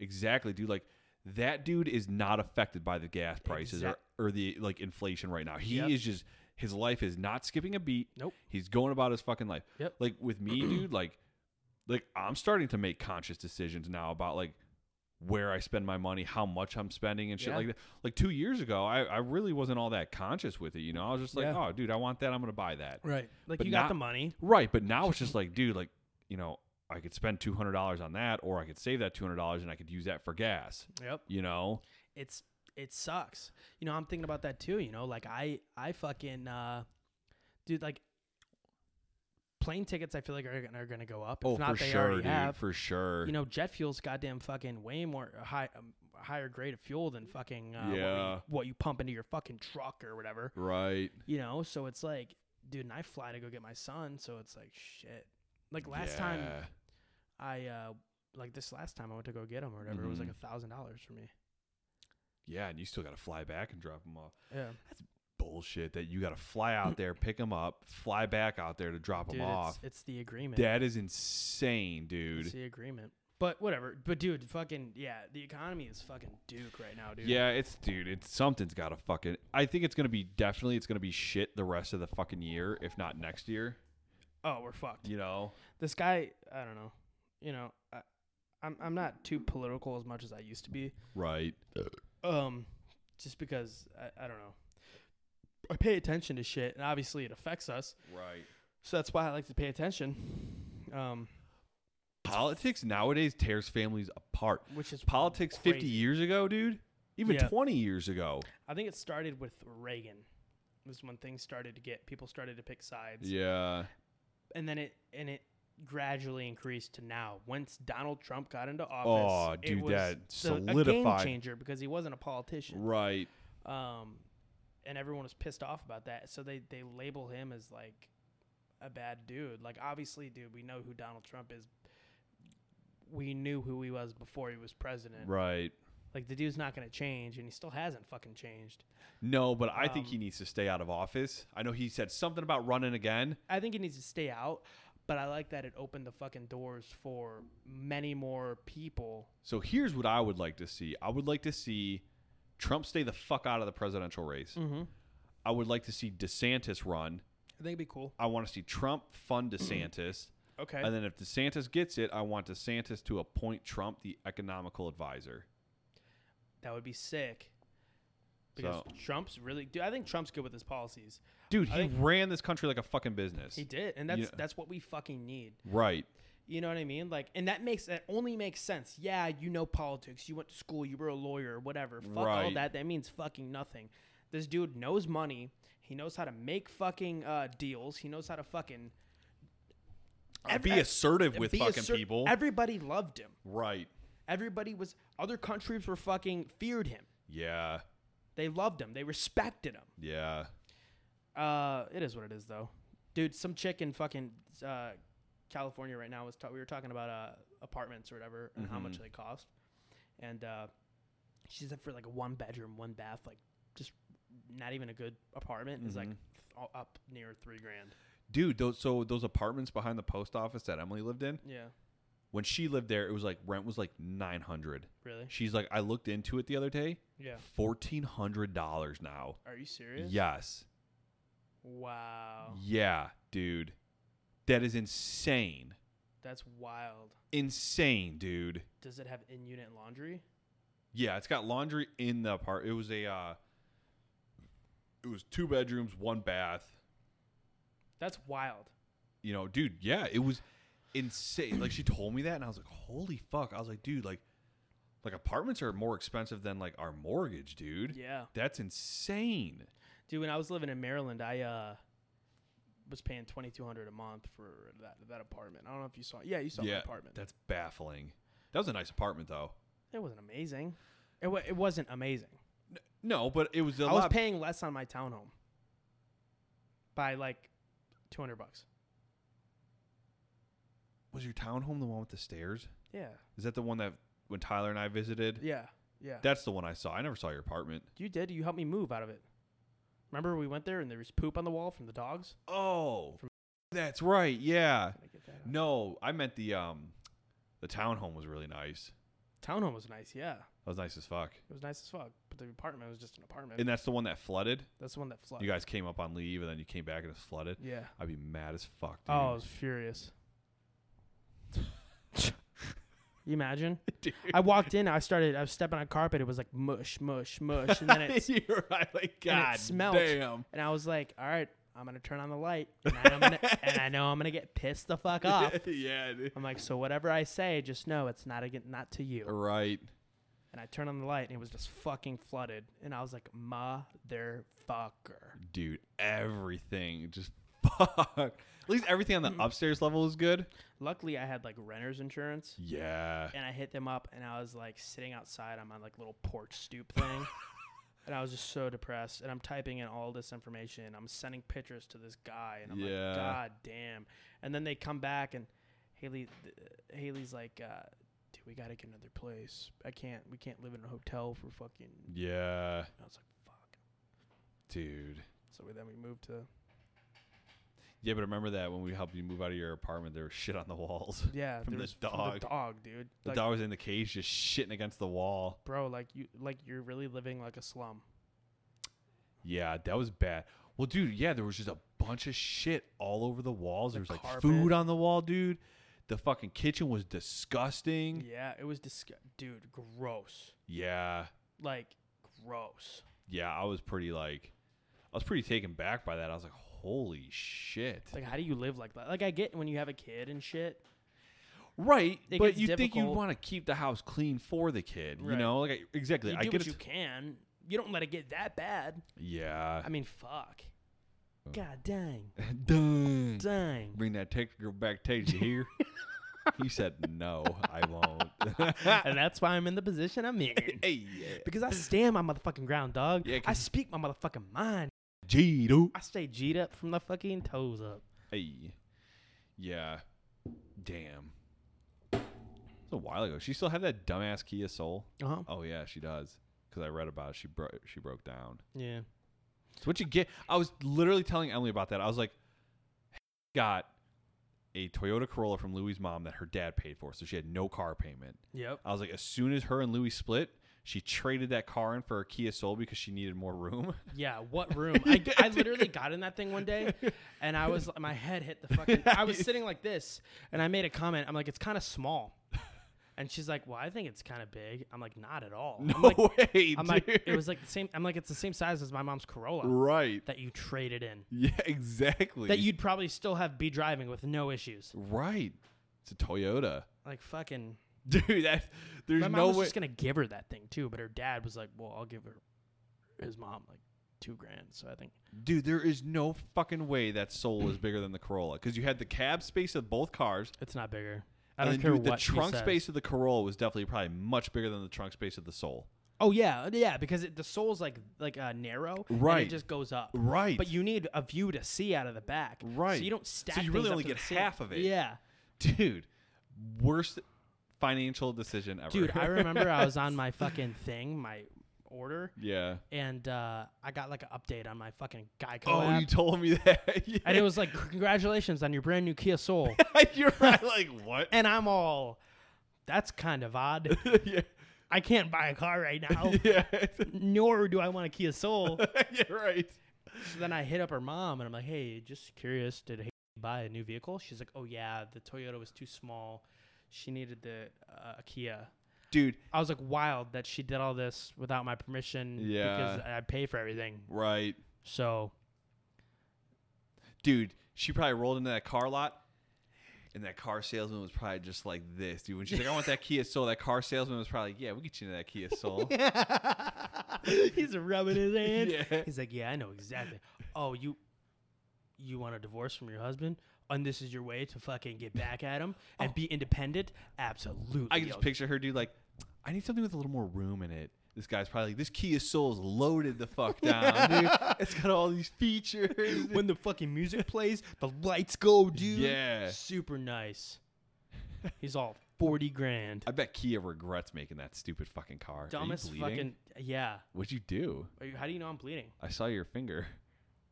Speaker 2: exactly, dude. Like that dude is not affected by the gas prices
Speaker 1: Exact-
Speaker 2: or, or the like inflation right now. He
Speaker 1: Yep.
Speaker 2: is just his life is not skipping a beat.
Speaker 1: Nope.
Speaker 2: He's going about his fucking life.
Speaker 1: Yep.
Speaker 2: Like with
Speaker 1: [clears throat]
Speaker 2: me, dude. Like, like I'm starting to make conscious decisions now about like where I spend my money, how much I'm spending, and shit
Speaker 1: Yeah.
Speaker 2: like that. Like two years ago, I I really wasn't all that conscious with it. You know, I was just like,
Speaker 1: Yeah.
Speaker 2: oh, dude, I want that. I'm gonna buy that.
Speaker 1: Right. Like
Speaker 2: But
Speaker 1: you
Speaker 2: not-
Speaker 1: got the money.
Speaker 2: Right, but now it's just like, dude, like, you know, I could spend two hundred dollars on that, or I could save that two hundred dollars and I could use that for gas.
Speaker 1: Yep.
Speaker 2: You know?
Speaker 1: it's it sucks. You know, I'm thinking about that too, you know, like I I fucking uh dude like plane tickets I feel like are, gonna- are going to go up. If not they already have.
Speaker 2: Oh, for sure.
Speaker 1: You know, jet fuel's goddamn fucking way more high um, higher grade of fuel than fucking uh, what,
Speaker 2: Yeah.
Speaker 1: you, what you pump into your fucking truck or whatever.
Speaker 2: right?
Speaker 1: You know, so it's like dude, and I fly to go get my son, so it's like shit. Like last time
Speaker 2: Yeah.
Speaker 1: I uh like this last time I went to go get him or whatever, it was like
Speaker 2: Mm-hmm.
Speaker 1: a thousand dollars for me.
Speaker 2: yeah, and you still got to fly back and drop them off.
Speaker 1: Yeah,
Speaker 2: Bullshit that you got to fly
Speaker 1: [clears throat]
Speaker 2: out there, pick them up, fly back out there to drop
Speaker 1: dude,
Speaker 2: them
Speaker 1: it's,
Speaker 2: off.
Speaker 1: it's the agreement.
Speaker 2: That is insane,
Speaker 1: It's
Speaker 2: dude.
Speaker 1: the agreement. But whatever. But dude, fucking yeah, the economy is fucking Duke right now, dude.
Speaker 2: Yeah, it's dude. It's something's got to fucking. I think it's gonna be definitely. It's gonna be shit the rest of the fucking year, if not next year.
Speaker 1: Oh, we're fucked.
Speaker 2: You know?
Speaker 1: This guy, I don't know. You know, I, I'm I'm not too political as much as I used to be.
Speaker 2: Right.
Speaker 1: Um, just because I, I don't know. I pay attention to shit, and obviously it affects us.
Speaker 2: Right.
Speaker 1: So that's why I like to pay attention. Um,
Speaker 2: Politics nowadays tears families apart.
Speaker 1: which is
Speaker 2: Politics 50
Speaker 1: crazy.
Speaker 2: years ago, dude, even
Speaker 1: Yeah.
Speaker 2: 20 years ago.
Speaker 1: I think it started with Reagan. Was when things started to get people started to pick sides.
Speaker 2: Yeah.
Speaker 1: and then it and it gradually increased to now. Once Donald Trump got into
Speaker 2: Aw,
Speaker 1: office,
Speaker 2: dude,
Speaker 1: it was
Speaker 2: that
Speaker 1: the- a
Speaker 2: solidified-
Speaker 1: game changer because he wasn't a politician,
Speaker 2: Right.
Speaker 1: um, and everyone was pissed off about that. So they they label him as like a bad dude. Like obviously, dude, we know who Donald Trump is. We knew who he was before he was president.
Speaker 2: Right.
Speaker 1: Like the dude's not going to change, and he still hasn't fucking changed.
Speaker 2: No, but I think
Speaker 1: Um,
Speaker 2: he needs to stay out of office. I know he said something about running again.
Speaker 1: I think it needs to stay out, but I like that it opened the fucking doors for many more people
Speaker 2: So here's what I would like to see I would like to see Trump stay the fuck out of the presidential race.
Speaker 1: Mm-hmm.
Speaker 2: I would like to see DeSantis run.
Speaker 1: I think it'd be cool.
Speaker 2: I want to see Trump fund DeSantis.
Speaker 1: Mm-hmm. Okay.
Speaker 2: And then if DeSantis gets it, I want DeSantis to appoint Trump the economical advisor.
Speaker 1: that would be sick. Because
Speaker 2: So-
Speaker 1: Trump's really dude, I think Trump's good with his policies.
Speaker 2: Dude,
Speaker 1: I
Speaker 2: he
Speaker 1: think-
Speaker 2: ran this country like a fucking business.
Speaker 1: He did, and that's
Speaker 2: Yeah.
Speaker 1: that's what we fucking need.
Speaker 2: Right.
Speaker 1: You know what I mean? Like and that makes that only makes sense. Yeah, you know politics, you went to school, you were a lawyer, whatever. Fuck all
Speaker 2: Right.
Speaker 1: that. That means fucking nothing. This dude knows money. He knows how to make fucking uh, deals. He knows how to fucking
Speaker 2: be assertive with
Speaker 1: be
Speaker 2: fucking
Speaker 1: assert-
Speaker 2: people.
Speaker 1: Everybody loved him.
Speaker 2: right.
Speaker 1: Everybody was. Other countries were fucking feared him.
Speaker 2: Yeah.
Speaker 1: They loved him. They respected him.
Speaker 2: Yeah.
Speaker 1: Uh, it is what it is, though. Dude, some chick in fucking uh, California right now was ta- we were talking about uh, apartments or whatever and how much
Speaker 2: Mm-hmm.
Speaker 1: they cost, and uh, she said for like a one bedroom, one bath, like just not even a good apartment is like
Speaker 2: Mhm.
Speaker 1: f- up near three grand.
Speaker 2: Dude, those so those apartments behind the post office that Emily lived in,
Speaker 1: Yeah,
Speaker 2: when she lived there, it was like rent was like nine hundred.
Speaker 1: really?
Speaker 2: She's like, I looked into it the other day,
Speaker 1: Yeah.
Speaker 2: fourteen hundred dollars now.
Speaker 1: Are you serious?
Speaker 2: Yes.
Speaker 1: Wow,
Speaker 2: Yeah, dude. That is insane.
Speaker 1: that's wild.
Speaker 2: Insane, dude.
Speaker 1: Does it have in unit laundry?
Speaker 2: Yeah, it's got laundry in the part. It was a uh it was two bedrooms, one bath.
Speaker 1: That's wild.
Speaker 2: You know, dude, yeah, it was insane. Like she told me that and I was like, "Holy fuck." I was like, "Dude, like like apartments are more expensive than like our mortgage, dude."
Speaker 1: Yeah.
Speaker 2: That's insane.
Speaker 1: Dude, when I was living in Maryland, I uh was paying twenty two hundred a month for that that apartment. I don't know if you saw. Yeah, you saw
Speaker 2: yeah,
Speaker 1: my apartment.
Speaker 2: That's baffling. That was a nice apartment though.
Speaker 1: It wasn't amazing. It, wa it wasn't amazing.
Speaker 2: No, but it was a
Speaker 1: I was
Speaker 2: lot
Speaker 1: paying less on my townhome by like two hundred bucks.
Speaker 2: Was your townhome the one with the stairs?
Speaker 1: Yeah,
Speaker 2: Is that the one that when Tyler and I visited?
Speaker 1: yeah, yeah.
Speaker 2: That's the one I saw. I never saw your apartment.
Speaker 1: you did. You helped me move out of it. Remember we went there and there was poop on the wall from
Speaker 2: [laughs]
Speaker 1: the dogs.
Speaker 2: Oh,
Speaker 1: From-
Speaker 2: that's right. Yeah.
Speaker 1: Gotta get that out.
Speaker 2: No, I meant the um, the townhome was really nice.
Speaker 1: Townhome was nice. Yeah, it
Speaker 2: That was nice as fuck.
Speaker 1: was nice as fuck. But the apartment was just an apartment.
Speaker 2: And that's the one that flooded.
Speaker 1: That's the one that flooded.
Speaker 2: You guys came up on leave and then you came back and it's flooded.
Speaker 1: yeah.
Speaker 2: I'd be mad as fuck. Dude. [laughs]
Speaker 1: Oh, I was furious. [laughs] you
Speaker 2: [laughs]
Speaker 1: imagine?
Speaker 2: Dude.
Speaker 1: I walked in, I started, I was stepping on carpet. It was like mush, mush, mush, and
Speaker 2: [laughs]
Speaker 1: then it's,
Speaker 2: You're right. Like God,
Speaker 1: smelt.
Speaker 2: damn.
Speaker 1: and I was like, all right, I'm gonna turn on the light, and, I'm gonna, and I know I'm gonna get pissed the fuck off.
Speaker 2: [laughs] yeah. Dude.
Speaker 1: I'm like, so whatever I say, just know it's not again, not to you.
Speaker 2: Right.
Speaker 1: And I turned on the light, and it was just fucking flooded, and I was like, motherfucker.
Speaker 2: Dude, everything just [laughs] fuck. At least everything on the
Speaker 1: Mm.
Speaker 2: upstairs level is good.
Speaker 1: Luckily, I had like renter's insurance.
Speaker 2: Yeah.
Speaker 1: and I hit them up, and I was like sitting outside on my like little porch stoop
Speaker 2: [laughs]
Speaker 1: thing, and I was just so depressed. And I'm typing in all this information. I'm sending pictures to this guy, and I'm
Speaker 2: Yeah.
Speaker 1: like, God damn. And then they come back, and Haley, th- Haley's like, uh, Dude, we gotta get another place. I can't. We can't live in a hotel for fucking. And
Speaker 2: Yeah,
Speaker 1: I was like, Fuck.
Speaker 2: dude.
Speaker 1: So we, then we moved to.
Speaker 2: Yeah, but remember that when we helped you move out of your apartment, there was shit on the walls. [laughs]
Speaker 1: Yeah,
Speaker 2: From
Speaker 1: there
Speaker 2: the
Speaker 1: was-
Speaker 2: dog.
Speaker 1: the dog, dude.
Speaker 2: The
Speaker 1: like,
Speaker 2: dog was in the cage, just shitting against the wall.
Speaker 1: bro, like you, like you're really living like a slum.
Speaker 2: Yeah, that was bad. Well, dude, yeah, there was just a bunch of shit all over the walls.
Speaker 1: The
Speaker 2: there was like
Speaker 1: carpet.
Speaker 2: food on the wall, dude. The fucking kitchen was disgusting.
Speaker 1: Yeah, it was disg- dude, gross.
Speaker 2: Yeah,
Speaker 1: Like gross.
Speaker 2: yeah, I was pretty like, I was pretty taken back by that. I was like, holy shit.
Speaker 1: Like, how do you live like that? Like, I get when you have a kid and shit.
Speaker 2: right,
Speaker 1: it
Speaker 2: but
Speaker 1: gets
Speaker 2: you think you
Speaker 1: difficult.
Speaker 2: want to keep the house clean for the kid, you
Speaker 1: Right.
Speaker 2: know? Like, I, exactly.
Speaker 1: You
Speaker 2: I
Speaker 1: do
Speaker 2: get
Speaker 1: what you
Speaker 2: it.
Speaker 1: can. You don't let it get that bad.
Speaker 2: Yeah.
Speaker 1: I mean, fuck.
Speaker 2: Oh.
Speaker 1: God dang,
Speaker 2: [laughs] Dang. [laughs]
Speaker 1: dang.
Speaker 2: Bring that tech girl back takes you
Speaker 1: [laughs]
Speaker 2: here. he said, No, I won't.
Speaker 1: [laughs]
Speaker 2: [laughs]
Speaker 1: and that's why I'm in the position I'm in.
Speaker 2: hey, yeah.
Speaker 1: Because I stand my motherfucking ground, dog.
Speaker 2: Yeah,
Speaker 1: I
Speaker 2: 'cause-
Speaker 1: speak my motherfucking mind.
Speaker 2: Gee, dude.
Speaker 1: I stay G'd up from the fucking toes up.
Speaker 2: Hey. Yeah. Damn. It's a while ago. She still have that dumbass Kia Soul?
Speaker 1: Uh huh.
Speaker 2: Oh, yeah, she does. Because I read about it. She, bro- she broke down.
Speaker 1: Yeah.
Speaker 2: So what you get? I was literally telling Emily about that. I was like, got a Toyota Corolla from Louie's mom that her dad paid for. So she had no car payment.
Speaker 1: Yep.
Speaker 2: I was like, as soon as her and Louis split, she traded that car in for a Kia Soul because she needed more room. [laughs]
Speaker 1: Yeah. What room? I, I literally got in that thing one day, and I was my head hit the fucking. I was sitting like this, and I made a comment. I'm like, it's kind
Speaker 2: [laughs]
Speaker 1: of small, and she's like, well, I think it's kind of big. I'm like, not at all. I'm like,
Speaker 2: way,
Speaker 1: I'm like, it was like the same. I'm like, it's the same size as my mom's Corolla
Speaker 2: right.
Speaker 1: that you traded in.
Speaker 2: Yeah, exactly.
Speaker 1: That you'd probably still have be driving with no issues.
Speaker 2: right. It's a Toyota,
Speaker 1: Like fucking.
Speaker 2: [laughs] dude. That there's
Speaker 1: My mom
Speaker 2: no
Speaker 1: was
Speaker 2: way.
Speaker 1: just gonna give her that thing too, but her dad was like, well, I'll give her his mom like two grand. So I think
Speaker 2: Dude, there is no fucking way that Soul is bigger than the Corolla because you had the cab space of both cars.
Speaker 1: it's not bigger. I don't
Speaker 2: and
Speaker 1: care
Speaker 2: then, dude,
Speaker 1: what
Speaker 2: the trunk
Speaker 1: she says.
Speaker 2: space of the Corolla was definitely probably much bigger than the trunk space of the Soul.
Speaker 1: Oh yeah, yeah, because it, the sole's like like uh, narrow, And
Speaker 2: Right.
Speaker 1: it just goes up,
Speaker 2: Right.
Speaker 1: But you need a view to see out of the back,
Speaker 2: Right.
Speaker 1: So you don't
Speaker 2: So
Speaker 1: stack.
Speaker 2: you really
Speaker 1: things up
Speaker 2: only
Speaker 1: to
Speaker 2: get
Speaker 1: the ceiling.
Speaker 2: half of it.
Speaker 1: Yeah,
Speaker 2: [laughs] dude, worst financial decision ever.
Speaker 1: dude.
Speaker 2: [laughs]
Speaker 1: I remember I was on my fucking thing, my order,
Speaker 2: yeah.
Speaker 1: and uh, I got like an update on my fucking Geico
Speaker 2: Oh,
Speaker 1: app,
Speaker 2: you told me that. [laughs] yeah.
Speaker 1: and it was like, congratulations on your brand new
Speaker 2: [laughs]
Speaker 1: Kia Soul,
Speaker 2: You're right, like what?
Speaker 1: [laughs]
Speaker 2: [laughs]
Speaker 1: and I'm all, that's kind of odd.
Speaker 2: yeah.
Speaker 1: I can't buy a car right
Speaker 2: [laughs]
Speaker 1: now,
Speaker 2: Yeah.
Speaker 1: nor do I want a Kia Soul.
Speaker 2: You're right.
Speaker 1: So then I hit up her mom and I'm like, hey, just curious, did he buy a new vehicle? She's like, oh yeah, the Toyota was too small. She needed the uh, a Kia.
Speaker 2: Dude,
Speaker 1: I was like, wild that she did all this without my permission because I pay for everything.
Speaker 2: right.
Speaker 1: So
Speaker 2: Dude, she probably rolled into that car lot. And that car salesman was probably just like this, dude. When she's like, "I want that Kia Soul," that car salesman was probably like, "Yeah, we get you into that Kia [laughs] Soul."
Speaker 1: [laughs] he's rubbing his hand.
Speaker 2: Yeah.
Speaker 1: He's like, yeah, I know exactly. Oh, you you want a divorce from your husband? And this is your way to fucking get back at him and be independent? Absolutely.
Speaker 2: Oh. I can just
Speaker 1: Yo,
Speaker 2: picture her, dude. Like, I need something with a little more room in it. This guy's probably like, "This Kia Soul's loaded the
Speaker 1: [laughs]
Speaker 2: fuck down, dude. It's got all these features."
Speaker 1: when the fucking music plays, the lights go, dude.
Speaker 2: Yeah.
Speaker 1: Super nice. He's all 40 grand.
Speaker 2: I bet Kia regrets making that stupid fucking car. Are you
Speaker 1: Dumbest
Speaker 2: bleeding?
Speaker 1: fucking. Yeah.
Speaker 2: What'd you do?
Speaker 1: Are you, how do you know I'm bleeding?
Speaker 2: I saw your finger.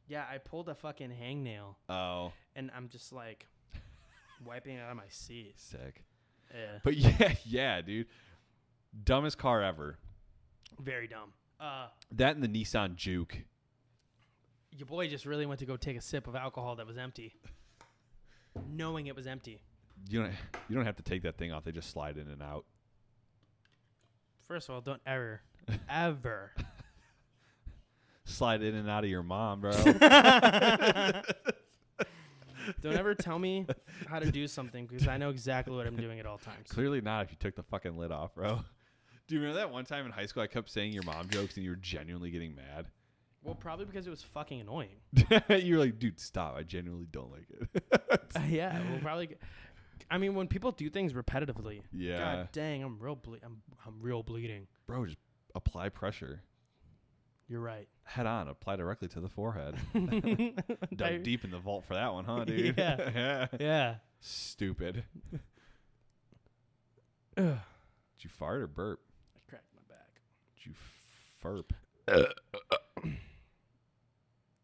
Speaker 1: Yeah, I pulled a fucking hangnail
Speaker 2: Oh,
Speaker 1: and I'm just [laughs] like wiping it out of my seat.
Speaker 2: sick.
Speaker 1: Yeah.
Speaker 2: But [laughs] yeah, yeah, dude. Dumbest car ever.
Speaker 1: Very dumb. Uh,
Speaker 2: That and the Nissan Juke.
Speaker 1: your boy just really went to go take a sip of alcohol that was empty, knowing it was empty.
Speaker 2: You don't you don't have to take that thing off. They just slide in and out.
Speaker 1: First of all, don't ever,
Speaker 2: [laughs]
Speaker 1: ever.
Speaker 2: Slide in and out of your mom,
Speaker 1: [laughs]
Speaker 2: bro.
Speaker 1: Don't ever tell me how to do something because I know exactly what I'm doing at all times.
Speaker 2: Clearly not if you took the fucking lid off, bro. Do you remember that one time in high school I kept saying your mom jokes and you were genuinely getting mad? [laughs]
Speaker 1: Well, probably because it was fucking annoying.
Speaker 2: you were like, dude, stop. I genuinely don't like it.
Speaker 1: [laughs]
Speaker 2: [laughs]
Speaker 1: yeah, well, probably. I mean, when people do things repetitively,
Speaker 2: yeah.
Speaker 1: God dang, I'm real, ble- I'm, I'm real bleeding.
Speaker 2: Bro, just apply pressure.
Speaker 1: You're right. [laughs]
Speaker 2: Head on, apply directly to the forehead. Dug
Speaker 1: [laughs] I-
Speaker 2: deep in the vault for that one,
Speaker 1: [laughs]
Speaker 2: huh, dude?
Speaker 1: Yeah. Yeah.
Speaker 2: [laughs] Stupid.
Speaker 1: [laughs] Ugh.
Speaker 2: Did you fart or burp?
Speaker 1: I cracked my back.
Speaker 2: Did you furp?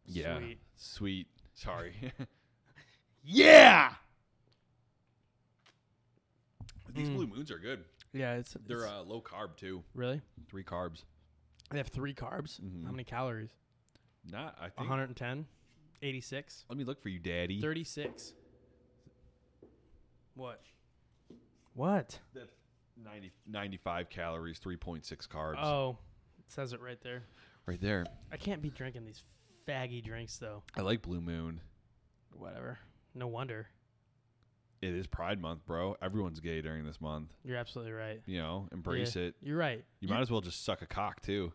Speaker 2: yeah.
Speaker 1: Sweet.
Speaker 2: Sweet. Sorry.
Speaker 1: [laughs] Yeah.
Speaker 2: These
Speaker 1: Mm.
Speaker 2: blue moons are good.
Speaker 1: Yeah, it's,
Speaker 2: They're
Speaker 1: it's-
Speaker 2: uh, low carb too.
Speaker 1: really.
Speaker 2: Three carbs.
Speaker 1: They have three carbs.
Speaker 2: Mhm.
Speaker 1: How many calories?
Speaker 2: Not. I think.
Speaker 1: 110, 86,
Speaker 2: Let me look for you, Daddy.
Speaker 1: 36. What? What?
Speaker 2: That's 90, 95 calories, three point six carbs.
Speaker 1: Oh, it says it right there.
Speaker 2: Right there.
Speaker 1: I can't be drinking these faggy drinks though.
Speaker 2: I like Blue Moon.
Speaker 1: Whatever. No wonder.
Speaker 2: It is Pride Month, bro. Everyone's gay during this month.
Speaker 1: You're absolutely right.
Speaker 2: You know, embrace
Speaker 1: Yeah,
Speaker 2: it.
Speaker 1: You're right.
Speaker 2: You might as well just suck a cock too.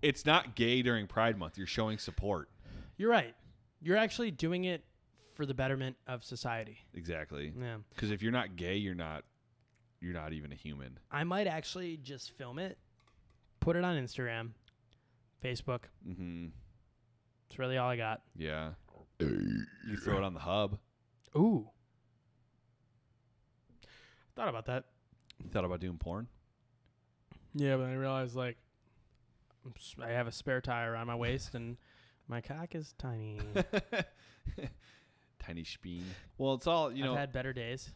Speaker 2: It's not gay during Pride Month. You're showing support.
Speaker 1: You're right. You're actually doing it for the betterment of society.
Speaker 2: Exactly.
Speaker 1: Yeah.
Speaker 2: Because if you're not gay, you're not you're not even a human.
Speaker 1: I might actually just film it, put it on Instagram, Facebook.
Speaker 2: Mm-hmm.
Speaker 1: It's really all I got.
Speaker 2: Yeah. You throw it on the hub.
Speaker 1: Ooh. Thought about that.
Speaker 2: You thought about doing porn? [laughs]
Speaker 1: Yeah, but I realized like I'm s- I have a spare tire around my waist and my cock is [laughs] tiny.
Speaker 2: Tiny speen. Well, it's all you know.
Speaker 1: I've had better days.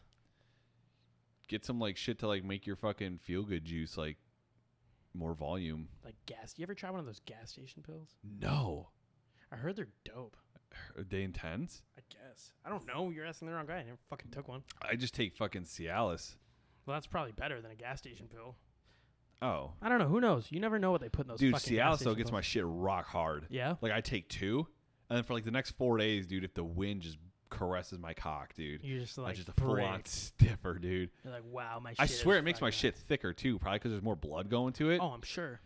Speaker 2: get some like shit to like make your fucking feel good juice like more volume.
Speaker 1: Like gas. You ever try one of those gas station pills?
Speaker 2: No.
Speaker 1: I heard they're dope.
Speaker 2: Are they intense?
Speaker 1: I guess. I don't know. You're asking the wrong guy. I never fucking took one.
Speaker 2: I just take fucking Cialis.
Speaker 1: Well, that's probably better than a gas station pill.
Speaker 2: Oh.
Speaker 1: I don't know. Who knows? You never know what they put in those
Speaker 2: Dude,
Speaker 1: fucking gas
Speaker 2: Cialis though
Speaker 1: station
Speaker 2: gets my
Speaker 1: pills.
Speaker 2: shit rock hard.
Speaker 1: Yeah.
Speaker 2: Like I take two and then for like the next four days, dude, if the wind just caresses my cock, dude.
Speaker 1: You're just
Speaker 2: I'm
Speaker 1: like
Speaker 2: just a full on
Speaker 1: brick.
Speaker 2: [laughs] stiffer, dude.
Speaker 1: You're like, wow, my. shit
Speaker 2: I
Speaker 1: is Oh.
Speaker 2: swear it makes my
Speaker 1: fucking-
Speaker 2: shit thicker too, probably because there's more blood going to it.
Speaker 1: Oh, I'm sure.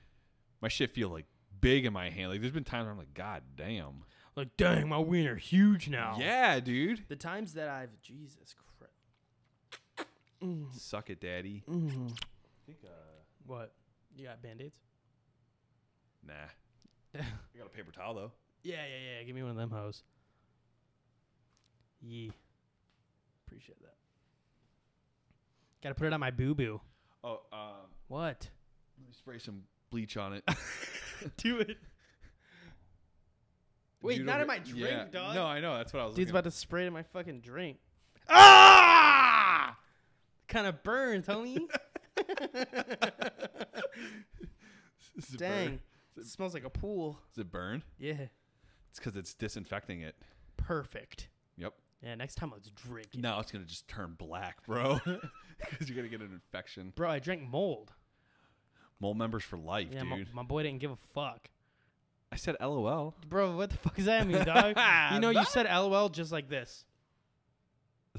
Speaker 2: My shit feel like big in my hand. Like there's been times where I'm like, God damn.
Speaker 1: Like, dang, my wiener huge now.
Speaker 2: Yeah, dude.
Speaker 1: The times that I've Jesus Christ. Mm-hmm.
Speaker 2: Suck it, daddy.
Speaker 1: What? You got band aids?
Speaker 2: Nah.
Speaker 1: [laughs]
Speaker 2: I
Speaker 1: yeah,
Speaker 2: got a paper towel though.
Speaker 1: yeah, yeah. Give me one of them hoes. Yee. Appreciate that. Gotta put it on my boo boo.
Speaker 2: Oh, um,
Speaker 1: What?
Speaker 2: let me spray some bleach on it.
Speaker 1: Do it. [laughs] Wait,
Speaker 2: Dude
Speaker 1: not in
Speaker 2: over-
Speaker 1: my drink,
Speaker 2: yeah.
Speaker 1: dog.
Speaker 2: No, I know. That's what I was.
Speaker 1: Dude's
Speaker 2: looking
Speaker 1: about to spray it in my fucking drink.
Speaker 2: [laughs] Ah!
Speaker 1: Kind of
Speaker 2: [laughs]
Speaker 1: burns, homie.
Speaker 2: Does it
Speaker 1: Dang.
Speaker 2: burn?
Speaker 1: It smells like a pool.
Speaker 2: Does it burn?
Speaker 1: Yeah.
Speaker 2: It's because it's disinfecting it.
Speaker 1: Perfect.
Speaker 2: Yep.
Speaker 1: Yeah, next time let's drink it.
Speaker 2: Now it's gonna just turn black, bro. [laughs] Because you're gonna get an infection.
Speaker 1: Bro, I drank mold.
Speaker 2: Mole members for life,
Speaker 1: Yeah,
Speaker 2: dude.
Speaker 1: my, my boy didn't give a fuck.
Speaker 2: I said LOL.
Speaker 1: Bro, what the fuck does that mean, [laughs] dog? you know, you said LOL just like this.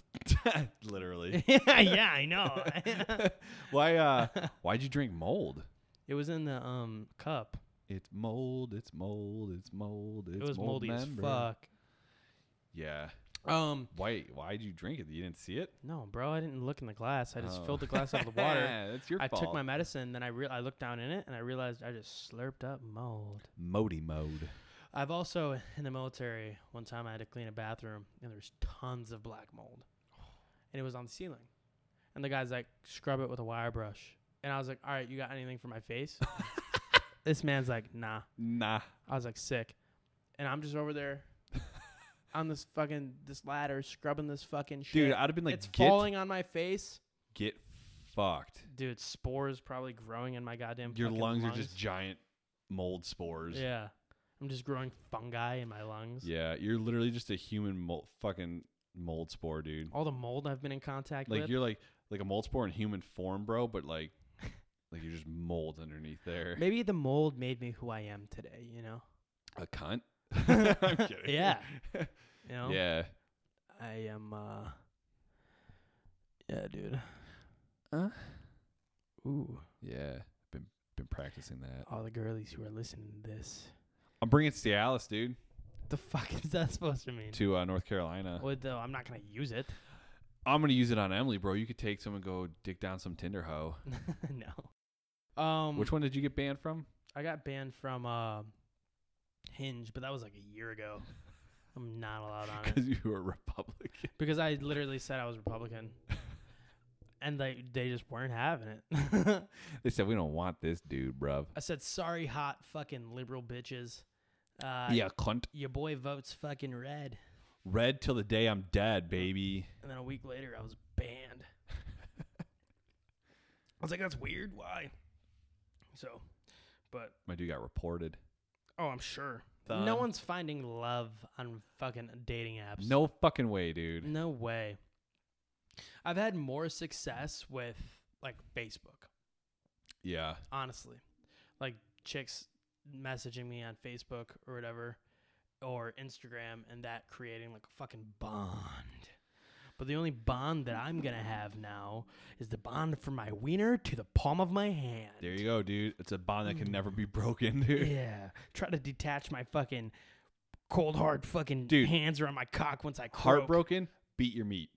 Speaker 2: [laughs] [laughs] Literally.
Speaker 1: [laughs] yeah, I know. [laughs]
Speaker 2: why? Uh, why'd you drink mold?
Speaker 1: it was in the um cup.
Speaker 2: It's mold. It's mold. It's mold. It's
Speaker 1: it was
Speaker 2: mold
Speaker 1: moldy
Speaker 2: member.
Speaker 1: as
Speaker 2: Yeah.
Speaker 1: fuck. Um,
Speaker 2: Why? Why'd you drink it? You didn't see it.
Speaker 1: no, bro, I didn't look in the glass. I just
Speaker 2: Oh.
Speaker 1: filled the glass up with
Speaker 2: [laughs]
Speaker 1: water.
Speaker 2: That's your
Speaker 1: I
Speaker 2: fault.
Speaker 1: took my medicine, then I re- I looked down in it, and I realized I just slurped up mold.
Speaker 2: Modi mode.
Speaker 1: I've also in the military one time I had to clean a bathroom and there's tons of black mold, and it was on the ceiling, and the guy's like scrub it with a wire brush, and I was like, all right, you got anything for
Speaker 2: [laughs]
Speaker 1: my face? this man's like, nah.
Speaker 2: Nah.
Speaker 1: I was like sick, and I'm just over there
Speaker 2: [laughs]
Speaker 1: on this fucking this ladder scrubbing this fucking shit.
Speaker 2: Dude, I'd have been like,
Speaker 1: it's
Speaker 2: get,
Speaker 1: falling on my face,
Speaker 2: get fucked.
Speaker 1: dude. Spores probably growing in my goddamn.
Speaker 2: Your
Speaker 1: fucking
Speaker 2: lungs, are just giant mold spores.
Speaker 1: Yeah, I'm just growing fungi in my lungs.
Speaker 2: Yeah, you're literally just a human mold, fucking mold spore, dude.
Speaker 1: All the mold I've been in contact
Speaker 2: Like
Speaker 1: with.
Speaker 2: you're like like a mold spore in human form, bro. But like, like you're just mold underneath there.
Speaker 1: Maybe the mold made me who I am today,
Speaker 2: [laughs]
Speaker 1: you know?
Speaker 2: A cunt. I'm kidding.
Speaker 1: Yeah. You know?
Speaker 2: Yeah.
Speaker 1: I am uh Yeah, dude.
Speaker 2: Huh?
Speaker 1: Ooh.
Speaker 2: Yeah. Been been practicing that.
Speaker 1: All the girlies who are listening to this.
Speaker 2: I'm bringing Cialis, dude,
Speaker 1: The fuck [laughs] is that supposed to mean?
Speaker 2: to uh, North Carolina.
Speaker 1: Well, though I'm not gonna use it. [laughs]
Speaker 2: I'm gonna use it on Emily, bro. You could take some and go dig down some Tinder hoe.
Speaker 1: no. Um
Speaker 2: Which one did you get banned from?
Speaker 1: I got banned from uh Hinge, but that was like a
Speaker 2: [laughs]
Speaker 1: year ago. I'm not allowed on it.
Speaker 2: Because [laughs] you were a Republican.
Speaker 1: Because I literally said I was Republican. And they they just weren't having it.
Speaker 2: [laughs]
Speaker 1: [laughs]
Speaker 2: They said we don't want this dude, bruv.
Speaker 1: I said, sorry, hot fucking liberal bitches. Uh,
Speaker 2: yeah, cunt.
Speaker 1: Your boy votes fucking red.
Speaker 2: Red till the day I'm dead, baby.
Speaker 1: And then a week later, I was
Speaker 2: [laughs]
Speaker 1: banned. I was like, that's weird. Why? So, but,
Speaker 2: My dude got reported.
Speaker 1: oh, I'm sure.
Speaker 2: Done.
Speaker 1: No one's finding love on fucking dating apps.
Speaker 2: No fucking way, dude.
Speaker 1: No way. I've had more success with, like, Facebook,
Speaker 2: Yeah.
Speaker 1: honestly. Like, chicks messaging me on Facebook or whatever. or Instagram and that creating like a fucking bond. But the only bond that I'm gonna have now is the bond from my wiener to the palm of my hand.
Speaker 2: There you go, dude. It's a bond that can never
Speaker 1: Mm.
Speaker 2: be broken, [laughs] dude.
Speaker 1: [laughs] Yeah. Try to detach my fucking cold hard fucking
Speaker 2: Dude.
Speaker 1: hands around my cock once I croak. Oh,
Speaker 2: Heartbroken, beat your meat.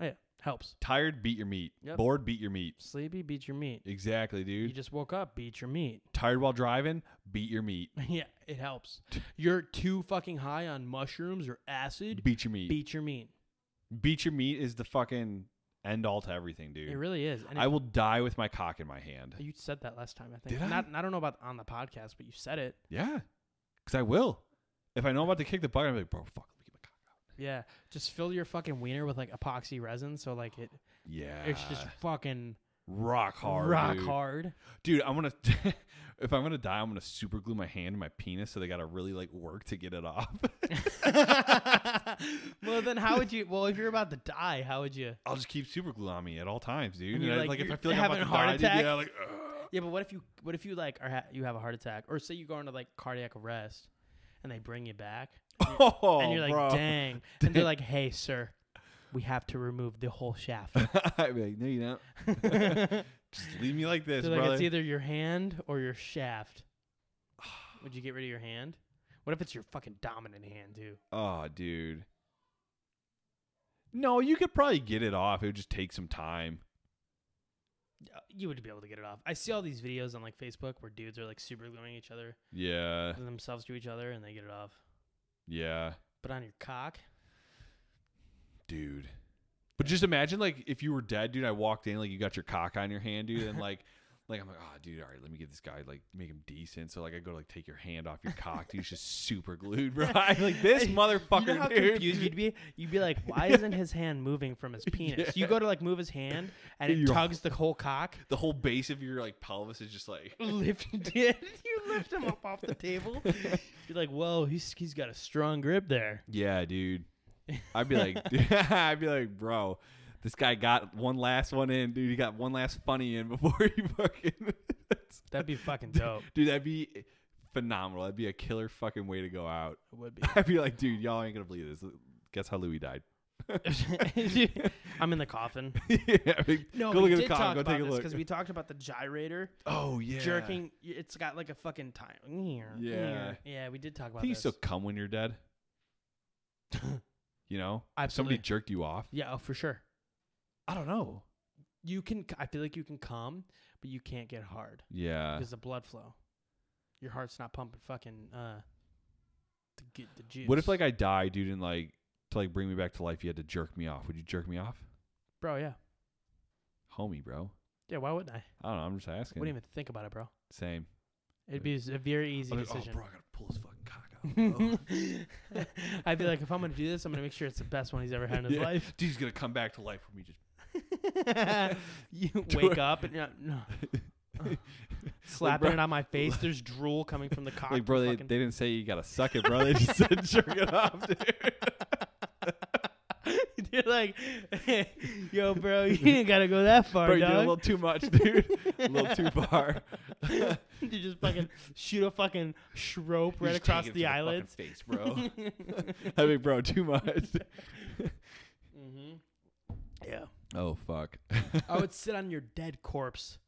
Speaker 1: Yeah, helps.
Speaker 2: Tired, beat your meat.
Speaker 1: Yep.
Speaker 2: Bored, beat your meat.
Speaker 1: Sleepy, beat your meat.
Speaker 2: Exactly,
Speaker 1: You
Speaker 2: dude.
Speaker 1: just woke up, beat your meat.
Speaker 2: Tired while driving, beat your meat.
Speaker 1: [laughs] yeah, it helps. You're too fucking high on mushrooms or acid.
Speaker 2: Beat your meat. Beat,
Speaker 1: Beat your meat.
Speaker 2: your meat is the fucking end all to everything, dude.
Speaker 1: It really is. And
Speaker 2: I will die with my cock in my hand.
Speaker 1: You said that last time, I think.
Speaker 2: Did I?
Speaker 1: Not, I don't know about on the podcast, but you said it.
Speaker 2: Yeah. Because I will. If I know I'm about to kick the bucket, I'm like, bro, fuck, let me get my cock out.
Speaker 1: Yeah, just fill your fucking wiener with like epoxy resin, so like it,
Speaker 2: Yeah.
Speaker 1: it's just fucking
Speaker 2: rock Ah. hard.
Speaker 1: rock
Speaker 2: dude.
Speaker 1: hard. [laughs]
Speaker 2: Dude, I'm gonna [laughs] if I'm gonna die, I'm gonna super glue my hand and my penis so they gotta really like work to get it off.
Speaker 1: well, then how would you? Well, if you're about to die, how would you?
Speaker 2: I'll just keep super glue on me at all times, dude.
Speaker 1: And you're
Speaker 2: I-
Speaker 1: like-
Speaker 2: if
Speaker 1: you're
Speaker 2: I feel like I'm
Speaker 1: having
Speaker 2: about
Speaker 1: a
Speaker 2: to
Speaker 1: heart
Speaker 2: die,
Speaker 1: attack?
Speaker 2: dude, yeah, like "Ugh."
Speaker 1: Yeah, but what if you? What if you like are ha- you have a heart attack, or say you go into like cardiac arrest, and they bring you back,
Speaker 2: [laughs] oh,
Speaker 1: and you're like,
Speaker 2: bro.
Speaker 1: dang, and they're like, hey, sir, we have to remove the
Speaker 2: [laughs]
Speaker 1: whole shaft.
Speaker 2: [laughs]
Speaker 1: [laughs]
Speaker 2: I'd be like, no, you don't.
Speaker 1: they're
Speaker 2: Just leave me like this,
Speaker 1: like,
Speaker 2: brother.
Speaker 1: it's either your hand or your shaft. Would you get rid of your hand? What if it's your fucking dominant hand too?
Speaker 2: Oh, dude. No, you could probably get it off. It would just take some time.
Speaker 1: Uh, You would be able to get it off. I see all these videos on like Facebook where dudes are like super gluing
Speaker 2: [laughs]
Speaker 1: each other
Speaker 2: Yeah.
Speaker 1: themselves to each other and they get it off.
Speaker 2: Yeah.
Speaker 1: But on your cock,
Speaker 2: Dude. But just imagine like if you were dead, dude, I walked in, like you got your cock on your hand, dude, and like [laughs] like I'm like, oh dude, all right, let me get this guy, like make him decent. So like I go to like take your hand off your cock, dude. It's just super glued, bro. [laughs] I'm like this motherfucker,
Speaker 1: you know how
Speaker 2: dude.
Speaker 1: confused you'd be? You'd be
Speaker 2: [laughs]
Speaker 1: like, why isn't his hand moving from his penis? You go to like move his hand
Speaker 2: [laughs]
Speaker 1: and it
Speaker 2: You're-
Speaker 1: tugs the whole cock.
Speaker 2: The whole base of your like pelvis is just like [laughs]
Speaker 1: [laughs] Lift it. You lift him up off the table. You're like, whoa, he's he's got a strong grip there.
Speaker 2: Yeah, dude. I'd be [laughs] like, I'd be like, bro, this guy got one last one in, dude. He got one last funny in before he [laughs] fucking.
Speaker 1: That'd be [laughs] fucking dope.
Speaker 2: dude, that'd be phenomenal. That'd be a killer fucking way to go out.
Speaker 1: It would be.
Speaker 2: [laughs] I'd be like, dude, y'all ain't gonna believe this. Guess how Louis died.
Speaker 1: [laughs] I'm in the coffin.
Speaker 2: [laughs] yeah, I mean,
Speaker 1: No,
Speaker 2: go
Speaker 1: we
Speaker 2: look at
Speaker 1: did
Speaker 2: the cock.
Speaker 1: talk
Speaker 2: Go
Speaker 1: about
Speaker 2: take a
Speaker 1: this
Speaker 2: look.
Speaker 1: because we talked about the gyrator
Speaker 2: [laughs] oh yeah,
Speaker 1: jerking. It's got like a fucking time.
Speaker 2: Yeah.
Speaker 1: yeah. We did talk about
Speaker 2: Can you
Speaker 1: this.
Speaker 2: still come when you're
Speaker 1: [laughs]
Speaker 2: dead? You know, If somebody
Speaker 1: Absolutely.
Speaker 2: jerked you off.
Speaker 1: yeah, oh, for sure.
Speaker 2: I don't know.
Speaker 1: You can. c- I feel like you can come, but you can't get hard
Speaker 2: Yeah.
Speaker 1: because the blood flow. Your heart's not pumping fucking uh to get the juice.
Speaker 2: What if like I die, dude, and like to like bring me back to life, you had to jerk me off? Would you jerk me off?
Speaker 1: bro? Yeah,
Speaker 2: homie, bro.
Speaker 1: yeah. Why wouldn't I?
Speaker 2: I don't know. I'm just asking.
Speaker 1: Wouldn't even think about it, bro.
Speaker 2: Same.
Speaker 1: It'd be s- a very easy
Speaker 2: I'm like,
Speaker 1: decision.
Speaker 2: oh, bro, I gotta pull his fucking cock out.
Speaker 1: [laughs] I'd be like, if I'm gonna do this, I'm gonna make sure it's the best one he's ever had in his
Speaker 2: Yeah. [laughs]
Speaker 1: life.
Speaker 2: Dude's gonna come back to life for me. Just
Speaker 1: you wake up and you're
Speaker 2: [laughs]
Speaker 1: like, no, Ugh. slapping
Speaker 2: bro-
Speaker 1: it on my face. There's drool coming from the cock.
Speaker 2: like, bro,
Speaker 1: to
Speaker 2: they,
Speaker 1: fucking-
Speaker 2: they didn't say you gotta suck it,
Speaker 1: [laughs]
Speaker 2: bro. They just said jerk it off, dude.
Speaker 1: [laughs] You're like, yo,
Speaker 2: [laughs]
Speaker 1: bro, you ain't gotta go that far,
Speaker 2: Bro, you did a little
Speaker 1: dog.
Speaker 2: too much, [laughs] dude. a little too far.
Speaker 1: [laughs] You just fucking shoot a fucking shrope
Speaker 2: You
Speaker 1: right
Speaker 2: just
Speaker 1: across
Speaker 2: take it to
Speaker 1: the
Speaker 2: fucking
Speaker 1: eyelids.
Speaker 2: face, [laughs] bro. I mean, bro, too much.
Speaker 1: hmm
Speaker 2: Mm-hmm.
Speaker 1: Yeah,
Speaker 2: [laughs] Oh fuck.
Speaker 1: I would sit on your dead corpse.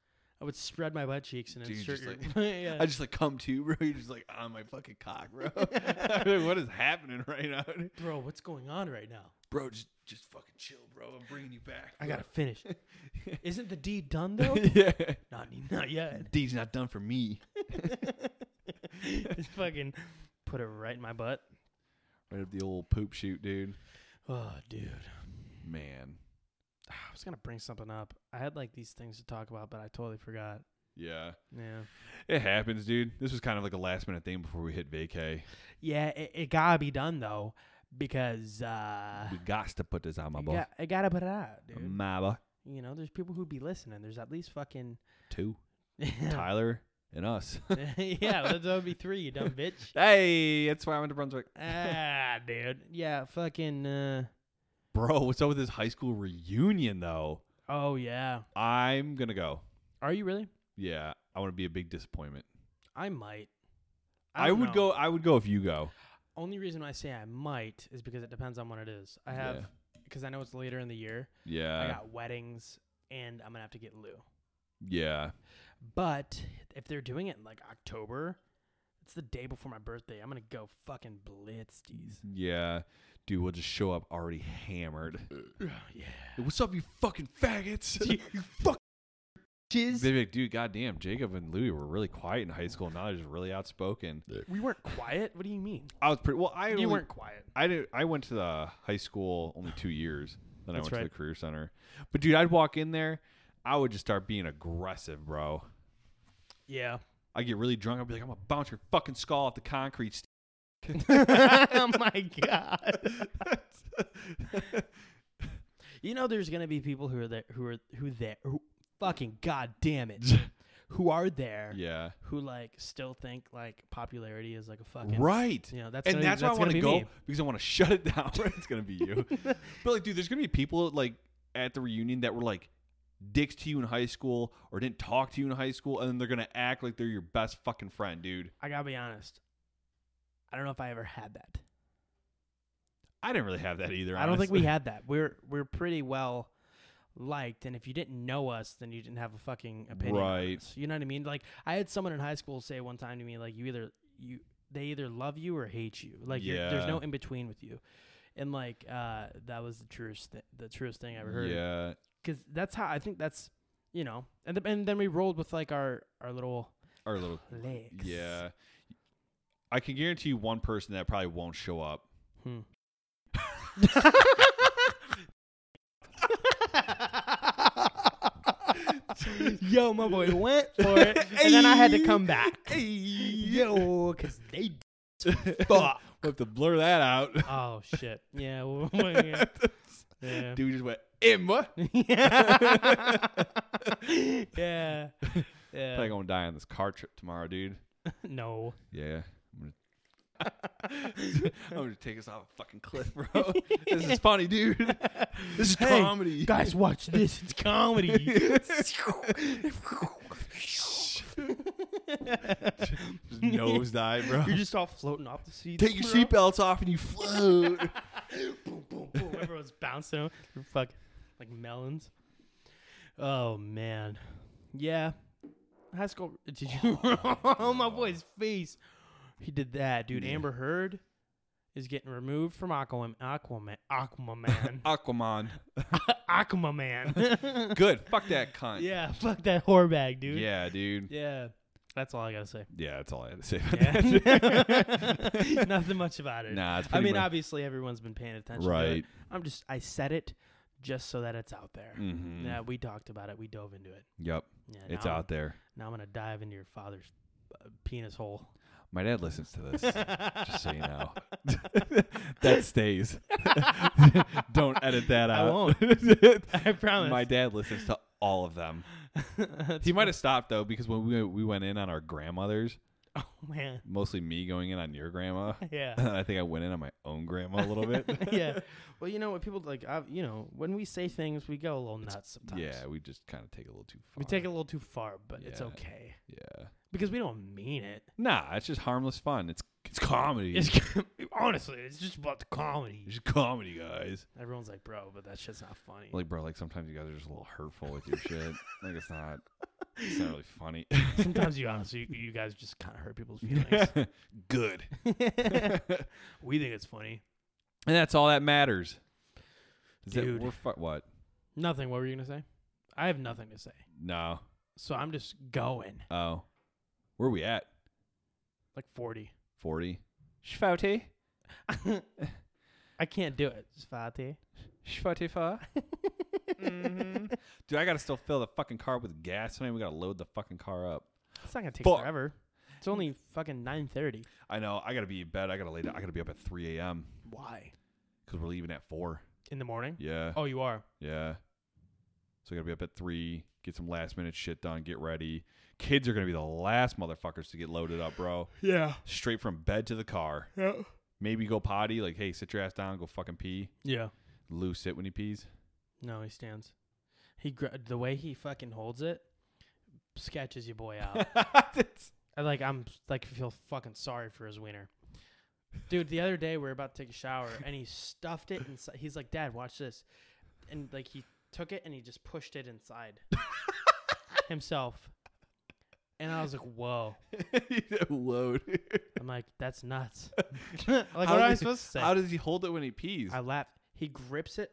Speaker 1: I would spread my butt cheeks and
Speaker 2: Dude,
Speaker 1: insert
Speaker 2: just
Speaker 1: your. [laughs] yeah.
Speaker 2: I just like come to, bro. [laughs] You're just like on my fucking cock, [laughs] bro. I mean, what is happening right now, [laughs] dude?
Speaker 1: bro, what's going on right now?
Speaker 2: bro? Just just fucking chill, bro. I'm bringing you back.
Speaker 1: I gotta [laughs] finish. Isn't the deed done [laughs] though?
Speaker 2: [laughs] yeah.
Speaker 1: not, not yet. [laughs]
Speaker 2: D's not done for me.
Speaker 1: just fucking put it right in my butt.
Speaker 2: Right up the old poop shoot, dude.
Speaker 1: Oh, dude.
Speaker 2: Man.
Speaker 1: I was gonna bring something up. I had like these things to talk about, but I totally forgot.
Speaker 2: Yeah.
Speaker 1: Yeah.
Speaker 2: It happens, dude. This was kind of like a last minute thing before we hit vacay.
Speaker 1: Yeah, it, it gotta be done though, because uh,
Speaker 2: We Ah. got to put this on my
Speaker 1: I,
Speaker 2: book.
Speaker 1: got, I gotta put it out, dude.
Speaker 2: My book.
Speaker 1: You know, there's people who be listening. There's at least fucking [laughs]
Speaker 2: Two.
Speaker 1: yeah,
Speaker 2: Tyler and us.
Speaker 1: well, that would be three, you dumb bitch.
Speaker 2: hey, that's why I went to Brunswick.
Speaker 1: ah, dude. Yeah, fucking. Uh,
Speaker 2: Bro, what's up with this high school reunion though?
Speaker 1: oh yeah.
Speaker 2: I'm gonna go.
Speaker 1: Are you really?
Speaker 2: Yeah. I want to be a big disappointment.
Speaker 1: I might.
Speaker 2: I,
Speaker 1: don't
Speaker 2: would
Speaker 1: know.
Speaker 2: go I would go if you go.
Speaker 1: Only reason I say I might is because it depends on what it is. I have
Speaker 2: Yeah.
Speaker 1: because I know it's later in the year. I
Speaker 2: Yeah.
Speaker 1: got weddings, and I'm gonna have to get Lou.
Speaker 2: Yeah.
Speaker 1: But if they're doing it in like October, it's the day before my birthday. I'm gonna go fucking blitzdies.
Speaker 2: Yeah. Dude, we'll just show up already hammered.
Speaker 1: [sighs] yeah. [laughs]
Speaker 2: What's up, you fucking [laughs] faggots?
Speaker 1: you, you fuck.
Speaker 2: They'd be like, dude, goddamn, Jacob and Louie were really quiet in high school. Now they're just really outspoken.
Speaker 1: We weren't quiet. What do you mean?
Speaker 2: I was pretty well. I only,
Speaker 1: You weren't quiet.
Speaker 2: I did. I went to the high school only two years. Then I
Speaker 1: That's
Speaker 2: went to
Speaker 1: right.
Speaker 2: the career center. But dude, I'd walk in there. I would just start being aggressive, bro.
Speaker 1: Yeah.
Speaker 2: I get really drunk. I'd be like, I'm gonna bounce your fucking skull off the concrete. st-" [laughs]
Speaker 1: oh my god. [laughs] You know, there's gonna be people who are there, who are who there, who fucking god
Speaker 2: [laughs]
Speaker 1: damn it, who are there,
Speaker 2: yeah,
Speaker 1: who like still think like popularity is like a fucking
Speaker 2: right.
Speaker 1: You know, that's
Speaker 2: and
Speaker 1: gonna
Speaker 2: that's
Speaker 1: be,
Speaker 2: why I
Speaker 1: that's
Speaker 2: want
Speaker 1: gonna
Speaker 2: to
Speaker 1: be
Speaker 2: go
Speaker 1: me.
Speaker 2: because I want to [laughs] shut it down. it's gonna [laughs] be you. but like, dude, there's gonna be people like at the reunion that were like dicks to you in high school or didn't talk to you in high school, and then they're gonna act like they're your best fucking friend, dude.
Speaker 1: [laughs] I gotta be honest. I don't know if I ever had that.
Speaker 2: I didn't really have that either.
Speaker 1: I don't think
Speaker 2: [laughs]
Speaker 1: we
Speaker 2: honestly.
Speaker 1: had that. We're we're pretty well liked, and if you didn't know us, then you didn't have a fucking opinion. on
Speaker 2: Right.
Speaker 1: us. You know what I mean? Like I had someone in high school say one time to me, like you either you they either love you or hate you. Like you're, there's
Speaker 2: Yeah.
Speaker 1: no in between with you. And like uh, that was the truest th- the truest thing I ever heard.
Speaker 2: [laughs] Yeah.
Speaker 1: Because that's how I think that's you know. And th- and then we rolled with like our our little
Speaker 2: Our little.
Speaker 1: legs.
Speaker 2: Yeah. I can guarantee you one person that probably won't show up.
Speaker 1: Hmm. Yo, my boy went [laughs] for it, and then I had to come back. Yo, cause they d-
Speaker 2: [laughs] Fuck. we have to blur that out.
Speaker 1: [laughs] Oh shit. Yeah. [laughs] well, yeah. [laughs] Yeah.
Speaker 2: Dude just went, Emma.
Speaker 1: yeah. [laughs] Yeah.
Speaker 2: Probably gonna die on this car trip tomorrow, dude.
Speaker 1: No.
Speaker 2: Yeah. I'm gonna, [laughs]
Speaker 1: [laughs]
Speaker 2: I'm gonna take us off a fucking cliff, bro. this is funny,
Speaker 1: [laughs]
Speaker 2: dude. This is
Speaker 1: Hey,
Speaker 2: comedy.
Speaker 1: Guys, watch this. It's comedy.
Speaker 2: Just nosedive, bro.
Speaker 1: [laughs] [laughs] You're just all floating off the sea.
Speaker 2: Take your seatbelts off and you float.
Speaker 1: boom, boom, boom. Everyone's
Speaker 2: [laughs]
Speaker 1: bouncing on they're fucking like melons. Oh man, yeah. High school. Did you? [laughs] Oh my boy's face. He did that, dude.
Speaker 2: Yeah.
Speaker 1: Amber Heard is getting removed from Aquaman. Aquaman.
Speaker 2: [laughs]
Speaker 1: Aquaman.
Speaker 2: [laughs]
Speaker 1: [laughs]
Speaker 2: Aquaman.
Speaker 1: Aquaman.
Speaker 2: Good. Fuck that cunt.
Speaker 1: [laughs] yeah. Fuck that whore bag, dude.
Speaker 2: Yeah, dude.
Speaker 1: Yeah. That's all I
Speaker 2: [laughs]
Speaker 1: gotta say.
Speaker 2: Yeah, that's all I had to say about
Speaker 1: Yeah.
Speaker 2: that.
Speaker 1: [laughs] Nothing much about it.
Speaker 2: Nah, it's
Speaker 1: I
Speaker 2: pretty
Speaker 1: mean,
Speaker 2: much,
Speaker 1: obviously, everyone's been paying attention. to it.
Speaker 2: right.
Speaker 1: I'm just I said it just so that it's out there.
Speaker 2: Mhm.
Speaker 1: Yeah, we talked about it. We dove into it.
Speaker 2: Yep,
Speaker 1: Yeah,
Speaker 2: it's
Speaker 1: now I'm-
Speaker 2: out there.
Speaker 1: Now I'm gonna dive into your father's uh, penis hole.
Speaker 2: My dad listens to this.
Speaker 1: just
Speaker 2: so you
Speaker 1: [laughs]
Speaker 2: know. [laughs] that stays. Don't edit that
Speaker 1: I
Speaker 2: out.
Speaker 1: won't.
Speaker 2: [laughs]
Speaker 1: I promise.
Speaker 2: My dad listens to all of them.
Speaker 1: [laughs] That's-
Speaker 2: He might have stopped though because when we we went in on our grandmothers,
Speaker 1: [laughs] oh man.
Speaker 2: mostly me going in on your
Speaker 1: [laughs]
Speaker 2: grandma. [laughs]
Speaker 1: Yeah.
Speaker 2: I think I went in on my own grandma a little bit.
Speaker 1: yeah. Well, you know what people like. I, you know, when we say things, we go a little nuts [laughs] sometimes.
Speaker 2: yeah, we just kind of take it a little too far.
Speaker 1: We take it a little too far, but it's
Speaker 2: Yeah.
Speaker 1: okay
Speaker 2: Yeah.
Speaker 1: because we don't mean it.
Speaker 2: Nah, it's just harmless fun. It's it's comedy.
Speaker 1: It's [laughs] honestly, it's just about the comedy.
Speaker 2: It's just comedy, guys.
Speaker 1: Everyone's like, bro, but that shit's not funny.
Speaker 2: Like, bro, like sometimes you guys are just a little hurtful with your
Speaker 1: [laughs]
Speaker 2: shit. Like, it's not, it's not really funny.
Speaker 1: Sometimes you honestly, you guys just kind of hurt people's [laughs] feelings. [laughs]
Speaker 2: [laughs] Good.
Speaker 1: we think it's funny.
Speaker 2: And that's all that matters. Is that
Speaker 1: Dude.
Speaker 2: we're fu- what?
Speaker 1: Nothing. What were you gonna say? I have nothing to say.
Speaker 2: No.
Speaker 1: So I'm just going
Speaker 2: Oh. Where we at?
Speaker 1: like 40.
Speaker 2: 40. Shvati.
Speaker 1: [laughs] I can't do it. Svati.
Speaker 2: Shvatifa. mm-hmm. [laughs] Dude, I gotta still fill the fucking car with gas tonight. We gotta load the fucking car up.
Speaker 1: It's not gonna take
Speaker 2: Fuck.
Speaker 1: forever. It's only fucking 9:30.
Speaker 2: I know. I gotta be in bed. I gotta lay down. I gotta be up at 3 a.m.
Speaker 1: Why?
Speaker 2: because we're leaving at 4.
Speaker 1: In the morning?
Speaker 2: Yeah.
Speaker 1: Oh, you are.
Speaker 2: Yeah. So I gotta be up at 3, get some last minute shit done, get ready. Kids are gonna be the last motherfuckers to get loaded up, bro.
Speaker 1: Yeah.
Speaker 2: Straight from bed to the car.
Speaker 1: Yeah.
Speaker 2: Maybe go potty. Like, hey, sit your ass down, go fucking pee.
Speaker 1: Yeah.
Speaker 2: Lou sit when he [laughs] pees.
Speaker 1: No, he stands. He gra- the way he fucking holds it sketches your boy
Speaker 2: [laughs]
Speaker 1: out. I like I'm like feel fucking sorry for his wiener. Dude, the other day we were about to take a shower and he stuffed it inside. He's like, "Dad, watch this," and like he took it and he just pushed it inside himself. And I was like, "Whoa!"
Speaker 2: Whoa. dude.
Speaker 1: I'm like, "That's nuts." [laughs] like, what
Speaker 2: How
Speaker 1: am I
Speaker 2: did-
Speaker 1: supposed to say?
Speaker 2: How does he hold it when he pees?
Speaker 1: I laughed. He grips it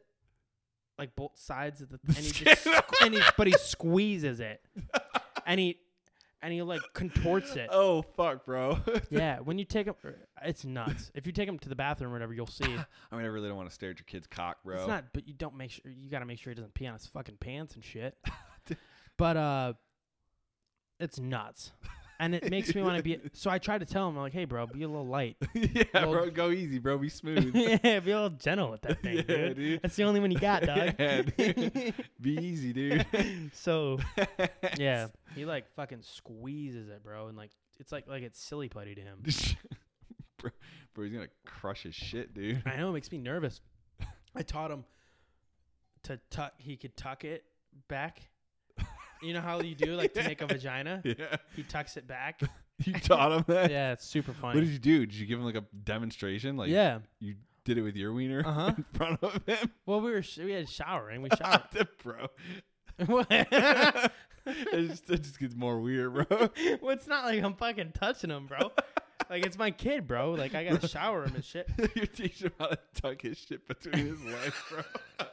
Speaker 1: like both
Speaker 2: [laughs]
Speaker 1: sides of the and he just squ- and he, but he squeezes it [laughs] and he and he like contorts it.
Speaker 2: [laughs] oh fuck, bro. [laughs]
Speaker 1: Yeah, when you take them, it's nuts. if you take them to the bathroom or whatever, you'll see.
Speaker 2: I mean, I really don't want to stare at your kid's cock, [laughs] bro.
Speaker 1: It's not, but you don't make sure. You got to make sure he doesn't pee on his fucking pants and shit.
Speaker 2: [laughs]
Speaker 1: but uh, it's nuts, and it makes me want
Speaker 2: [laughs]
Speaker 1: to be. So I try to tell him, I'm like, hey, bro, be a little light.
Speaker 2: [laughs]
Speaker 1: [laughs]
Speaker 2: yeah,
Speaker 1: Well-
Speaker 2: bro. Go easy, bro. Be
Speaker 1: [laughs]
Speaker 2: smooth.
Speaker 1: yeah, be a little gentle with that
Speaker 2: [laughs]
Speaker 1: thing,
Speaker 2: Yeah,
Speaker 1: dude.
Speaker 2: dude.
Speaker 1: That's the only one you got, dog.
Speaker 2: [laughs] Yeah,
Speaker 1: [laughs]
Speaker 2: dude. be easy, dude. [laughs]
Speaker 1: so yeah, he like fucking squeezes it, bro, and like it's like like it's silly putty to him.
Speaker 2: bro, bro, he's gonna crush his shit, dude. [laughs]
Speaker 1: I know it makes me nervous. [laughs] I taught him to tuck. He could tuck it back. You know how you do like to make a vagina.
Speaker 2: [laughs] Yeah.
Speaker 1: He tucks
Speaker 2: [laughs]
Speaker 1: it back.
Speaker 2: You taught him that.
Speaker 1: [laughs] Yeah, it's super
Speaker 2: What did
Speaker 1: funny.
Speaker 2: you do? Did you give him like a demonstration? Like, [laughs]
Speaker 1: yeah.
Speaker 2: You did it with your wiener
Speaker 1: Uh huh.
Speaker 2: [laughs] in front of him,
Speaker 1: Well, we were sh- we had showering. We
Speaker 2: [laughs]
Speaker 1: showered. [laughs]
Speaker 2: bro.
Speaker 1: What? [laughs]
Speaker 2: it, just, it just gets more weird, bro. [laughs]
Speaker 1: well, it's not like I'm fucking touching him, bro. like it's my kid, bro. Like I gotta shower him and shit.
Speaker 2: [laughs] You're teaching him how to tuck his shit between his legs,
Speaker 1: [laughs]
Speaker 2: bro.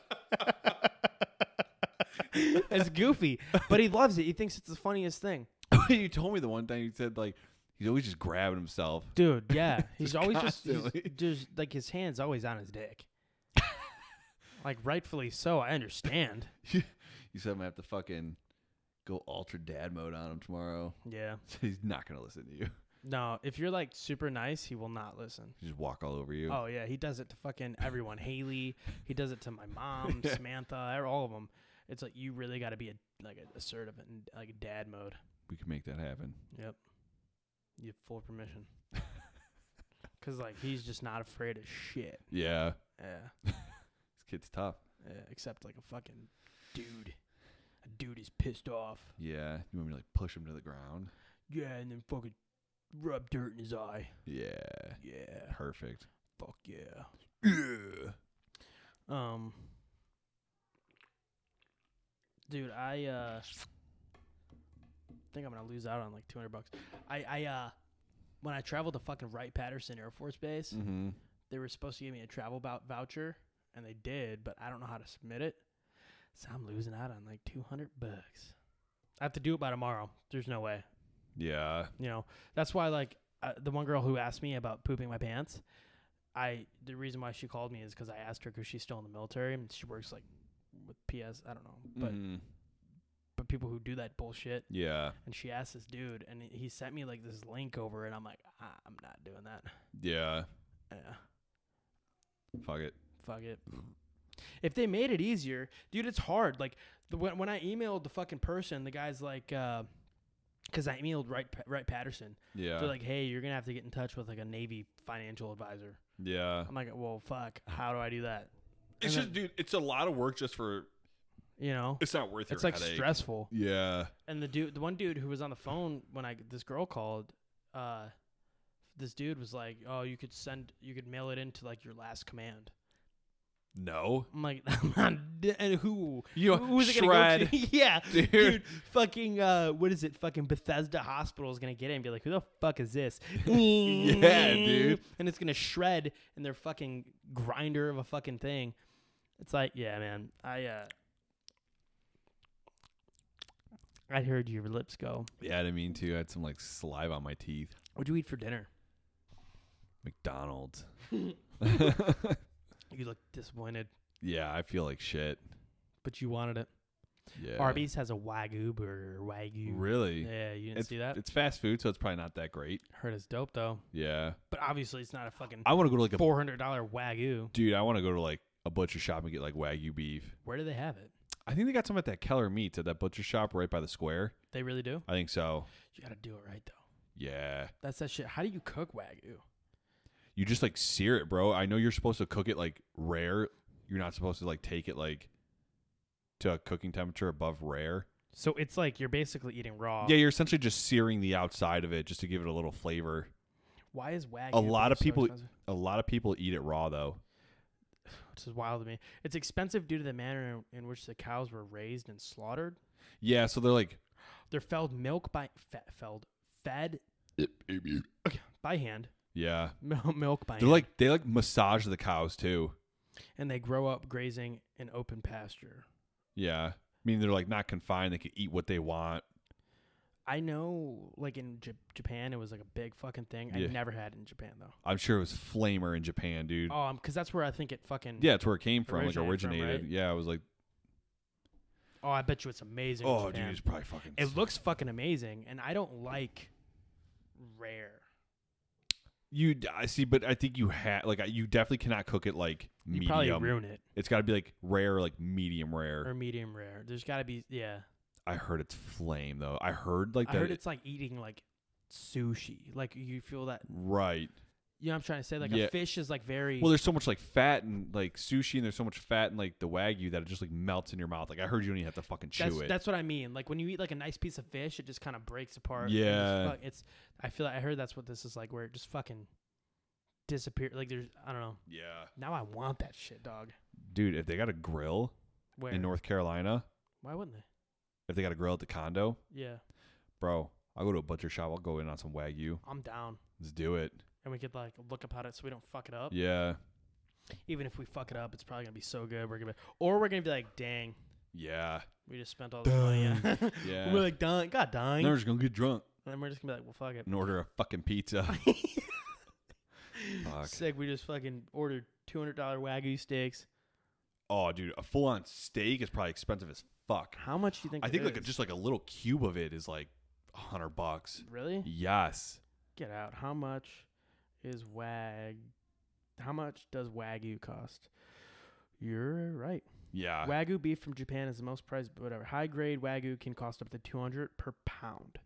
Speaker 2: [laughs]
Speaker 1: It's goofy, but he loves it. He thinks it's the funniest thing,
Speaker 2: you told me the one time you said like he's always just grabbing himself. [laughs]
Speaker 1: dude. Yeah, he's always
Speaker 2: constantly. [laughs]
Speaker 1: just he's- just like his hands always on his dick. like rightfully so, I understand.
Speaker 2: you said I'm gonna have to fucking go ultra dad mode on him tomorrow.
Speaker 1: Yeah.
Speaker 2: [laughs] He's not gonna listen to you. [laughs]
Speaker 1: No, if you're like super nice, he will not listen.
Speaker 2: He'll Just walk all over you.
Speaker 1: Oh yeah, he does it to fucking
Speaker 2: [laughs]
Speaker 1: everyone. Haley, he does it to my mom,
Speaker 2: Yeah.
Speaker 1: Samantha, all of them. It's like you really got to be a, like a assertive and like a dad mode.
Speaker 2: We can make that happen.
Speaker 1: Yep. You have full
Speaker 2: [laughs]
Speaker 1: permission. Cause like he's just not afraid of shit.
Speaker 2: Yeah,
Speaker 1: Yeah.
Speaker 2: this kid's tough.
Speaker 1: yeah. uh, Except like a fucking dude. A dude is pissed off.
Speaker 2: Yeah, you want me to like push him to the ground?
Speaker 1: Yeah, and then fucking rub dirt in his eye.
Speaker 2: Yeah,
Speaker 1: Yeah.
Speaker 2: perfect.
Speaker 1: Fuck yeah.
Speaker 2: Yeah.
Speaker 1: Um Dude, I uh think I'm gonna lose out on like two hundred bucks. I, I uh when I traveled to fucking Wright Patterson Air Force Base,
Speaker 2: Mm-hmm.
Speaker 1: they were supposed to give me a travel bout voucher and they did, but I don't know how to submit it. So I'm losing out on like 200 bucks. I have to do it by tomorrow. There's no way.
Speaker 2: Yeah.
Speaker 1: You know, that's why like uh, the one girl who asked me about pooping my pants, I the reason why she called me is cuz I asked her cuz she's still in the military and she works like with PS, I don't know. But
Speaker 2: Mhm.
Speaker 1: but people who do that bullshit
Speaker 2: yeah,
Speaker 1: and she asked this dude and he sent me like this link over and I'm like, ah, I'm not doing that.
Speaker 2: yeah.
Speaker 1: Yeah.
Speaker 2: Fuck it.
Speaker 1: fuck it. If they made it easier, dude, it's hard. Like the, when when I emailed the fucking person, the guy's like, uh 'cause I emailed Wright Pa- Wright Patterson.
Speaker 2: Yeah.
Speaker 1: They're like, hey, you're gonna have to get in touch with like a Navy financial advisor.
Speaker 2: yeah.
Speaker 1: I'm like, well, fuck. How do I do that?
Speaker 2: It's
Speaker 1: um, and
Speaker 2: just, dude. It's a lot of work just for.
Speaker 1: You know,
Speaker 2: It's not worth
Speaker 1: it's
Speaker 2: your
Speaker 1: like
Speaker 2: headache.
Speaker 1: stressful.
Speaker 2: Yeah.
Speaker 1: And the dude, the one dude who was on the phone when I this girl called, uh, this dude was like, oh, you could send, you could mail it into like your last command.
Speaker 2: No.
Speaker 1: I'm like, I'm not, d- and who?
Speaker 2: You
Speaker 1: [laughs] Who- Who's it gonna go to? [laughs] yeah,
Speaker 2: Dude.
Speaker 1: dude. Fucking uh, what is it? Fucking Bethesda Hospital is gonna get it and be like, "Who the fuck is this?"
Speaker 2: [laughs] Yeah, dude.
Speaker 1: [laughs] And it's gonna shred in their fucking grinder of a fucking thing. It's like, yeah, man. I uh, I heard your lips go.
Speaker 2: [laughs] Yeah, I didn't mean to. I had some like saliva on my teeth.
Speaker 1: What'd you eat for dinner?
Speaker 2: McDonald's.
Speaker 1: You look disappointed,
Speaker 2: yeah, I feel like shit.
Speaker 1: but you wanted it.
Speaker 2: Yeah.
Speaker 1: Arby's has a wagyu burger. Wagyu.
Speaker 2: Really?
Speaker 1: Yeah, you didn't
Speaker 2: It's,
Speaker 1: see that.
Speaker 2: it's fast food, so it's probably not that great.
Speaker 1: Heard it's dope though,
Speaker 2: Yeah.
Speaker 1: but obviously it's not a fucking
Speaker 2: I want to go to like a
Speaker 1: four hundred dollar wagyu.
Speaker 2: dude. I want to go to like a butcher shop and get like wagyu beef.
Speaker 1: Where do they have it?
Speaker 2: I think they got some at that Keller Meats at that butcher shop right by the square.
Speaker 1: They really do.
Speaker 2: I think so.
Speaker 1: You gotta do it right though.
Speaker 2: Yeah.
Speaker 1: That's that shit. How do you cook wagyu?
Speaker 2: You just like sear it, bro. I know you're supposed to cook it like rare. You're not supposed to like take it like to a cooking temperature above rare.
Speaker 1: So it's like you're basically eating raw.
Speaker 2: Yeah, you're essentially just searing the outside of it just to give it a little flavor.
Speaker 1: Why is wagyu?
Speaker 2: A lot of
Speaker 1: so
Speaker 2: people-
Speaker 1: expensive?
Speaker 2: A lot of people eat it raw though.
Speaker 1: Which is wild to me. It's expensive due to the manner in, in which the cows were raised and slaughtered.
Speaker 2: Yeah, so they're like
Speaker 1: They're fed milk by fe- felled fed by hand.
Speaker 2: Yeah.
Speaker 1: Mil- milk by
Speaker 2: They're
Speaker 1: hand.
Speaker 2: like they like massage the cows too.
Speaker 1: and they grow up grazing in open pasture.
Speaker 2: Yeah. I mean they're like not confined, they can eat what they want.
Speaker 1: I know, like in J- Japan, it was like a big fucking thing.
Speaker 2: Yeah.
Speaker 1: I never had it in Japan though.
Speaker 2: I'm sure it was flamer in Japan, dude.
Speaker 1: Oh, because that's where I think it fucking.
Speaker 2: Yeah, it's where it came from, like
Speaker 1: Originated from,
Speaker 2: originated.
Speaker 1: right?
Speaker 2: Yeah, it was like
Speaker 1: Oh, I bet you it's amazing. in
Speaker 2: Oh
Speaker 1: Japan.
Speaker 2: dude, it's probably fucking
Speaker 1: It looks fucking amazing, and I don't like rare.
Speaker 2: you I see, but I think you had like you definitely cannot cook it like
Speaker 1: You
Speaker 2: medium.
Speaker 1: probably ruin it
Speaker 2: it's gotta be like rare, like medium rare.
Speaker 1: or medium rare. There's got to be yeah.
Speaker 2: I heard it's flame though. I heard like
Speaker 1: I
Speaker 2: that
Speaker 1: heard it's like eating like sushi. Like you feel that
Speaker 2: right.
Speaker 1: you know what I'm trying to say like
Speaker 2: Yeah.
Speaker 1: a fish is like very
Speaker 2: Well, there's so much like fat and like sushi, and there's so much fat in like the wagyu that it just like melts in your mouth. Like I heard you don't even have to fucking chew
Speaker 1: that's,
Speaker 2: it.
Speaker 1: that's what I mean. Like when you eat like a nice piece of fish, it just kind of breaks apart. and
Speaker 2: Yeah.
Speaker 1: just fuck- it's. I feel like I heard that's what this is like, where it just fucking disappears. Like there's, I don't know.
Speaker 2: yeah,
Speaker 1: Now I want that shit, dog.
Speaker 2: dude. If they got a grill
Speaker 1: Where?
Speaker 2: in North Carolina,
Speaker 1: Why wouldn't they?
Speaker 2: if they got a grill at the condo,
Speaker 1: Yeah,
Speaker 2: bro, I'll go to a butcher shop. I'll go in on some wagyu.
Speaker 1: I'm down.
Speaker 2: Let's do it.
Speaker 1: and we could like look up how to so we don't fuck it up.
Speaker 2: Yeah.
Speaker 1: Even if we fuck it up, it's probably gonna be so good. We're gonna be, or we're gonna be like, dang,
Speaker 2: Yeah.
Speaker 1: we just spent all this money. [laughs] on-"
Speaker 2: Yeah.
Speaker 1: we're like, dang, god
Speaker 2: And
Speaker 1: dang,
Speaker 2: then we're just gonna get drunk
Speaker 1: and then we're just gonna be like, well, fuck it.
Speaker 2: and order a fucking
Speaker 1: [laughs]
Speaker 2: pizza. Fuck.
Speaker 1: Sick. We just fucking ordered two hundred dollar wagyu steaks.
Speaker 2: Oh, dude, a full on steak is probably expensive as fuck.
Speaker 1: How much do you think?
Speaker 2: I
Speaker 1: it
Speaker 2: think like a,
Speaker 1: is?
Speaker 2: just like a little cube of it is like a hundred bucks.
Speaker 1: really
Speaker 2: Yes.
Speaker 1: get out. How much is wag? How much does wagyu cost? You're right.
Speaker 2: Yeah.
Speaker 1: Wagyu beef from Japan is the most prized. Whatever. High grade wagyu can cost up to two hundred per pound.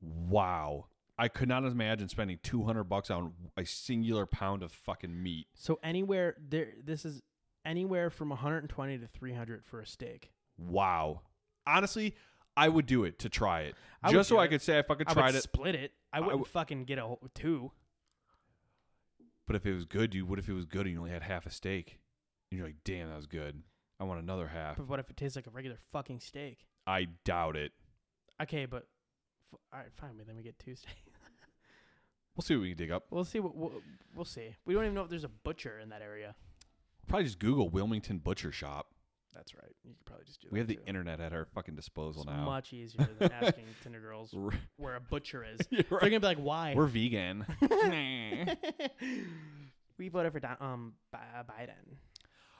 Speaker 2: Wow. I could not imagine spending two hundred bucks on a singular pound of fucking meat.
Speaker 1: So anywhere there, this is anywhere from 120 to 300 for a steak.
Speaker 2: Wow. Honestly, I would do it to try it.
Speaker 1: I would
Speaker 2: just so
Speaker 1: do
Speaker 2: I
Speaker 1: it.
Speaker 2: could say I fucking
Speaker 1: I
Speaker 2: tried
Speaker 1: would
Speaker 2: it.
Speaker 1: split it. I wouldn't
Speaker 2: w-
Speaker 1: fucking get a whole two.
Speaker 2: But if it was good, dude, what if it was good and you only had half a steak? And you're like, damn, that was good. I want another half.
Speaker 1: But what if it tastes like a regular fucking steak?
Speaker 2: I doubt it.
Speaker 1: Okay, but f- all right, fine. But then we get two [laughs] steaks.
Speaker 2: We'll see what we can dig up.
Speaker 1: We'll see. What we'll, we'll see. We don't even know if there's a butcher in that area.
Speaker 2: Probably just Google Wilmington Butcher Shop.
Speaker 1: That's right. You could probably just do.
Speaker 2: We have
Speaker 1: that
Speaker 2: the
Speaker 1: too.
Speaker 2: internet at our fucking disposal
Speaker 1: It's
Speaker 2: now.
Speaker 1: much easier than asking Tinder girls
Speaker 2: We're-
Speaker 1: where a butcher is.
Speaker 2: [laughs] You're
Speaker 1: They're gonna be like, why? [laughs]
Speaker 2: We're [laughs] vegan.
Speaker 1: we voted for Don- um Bi- Biden.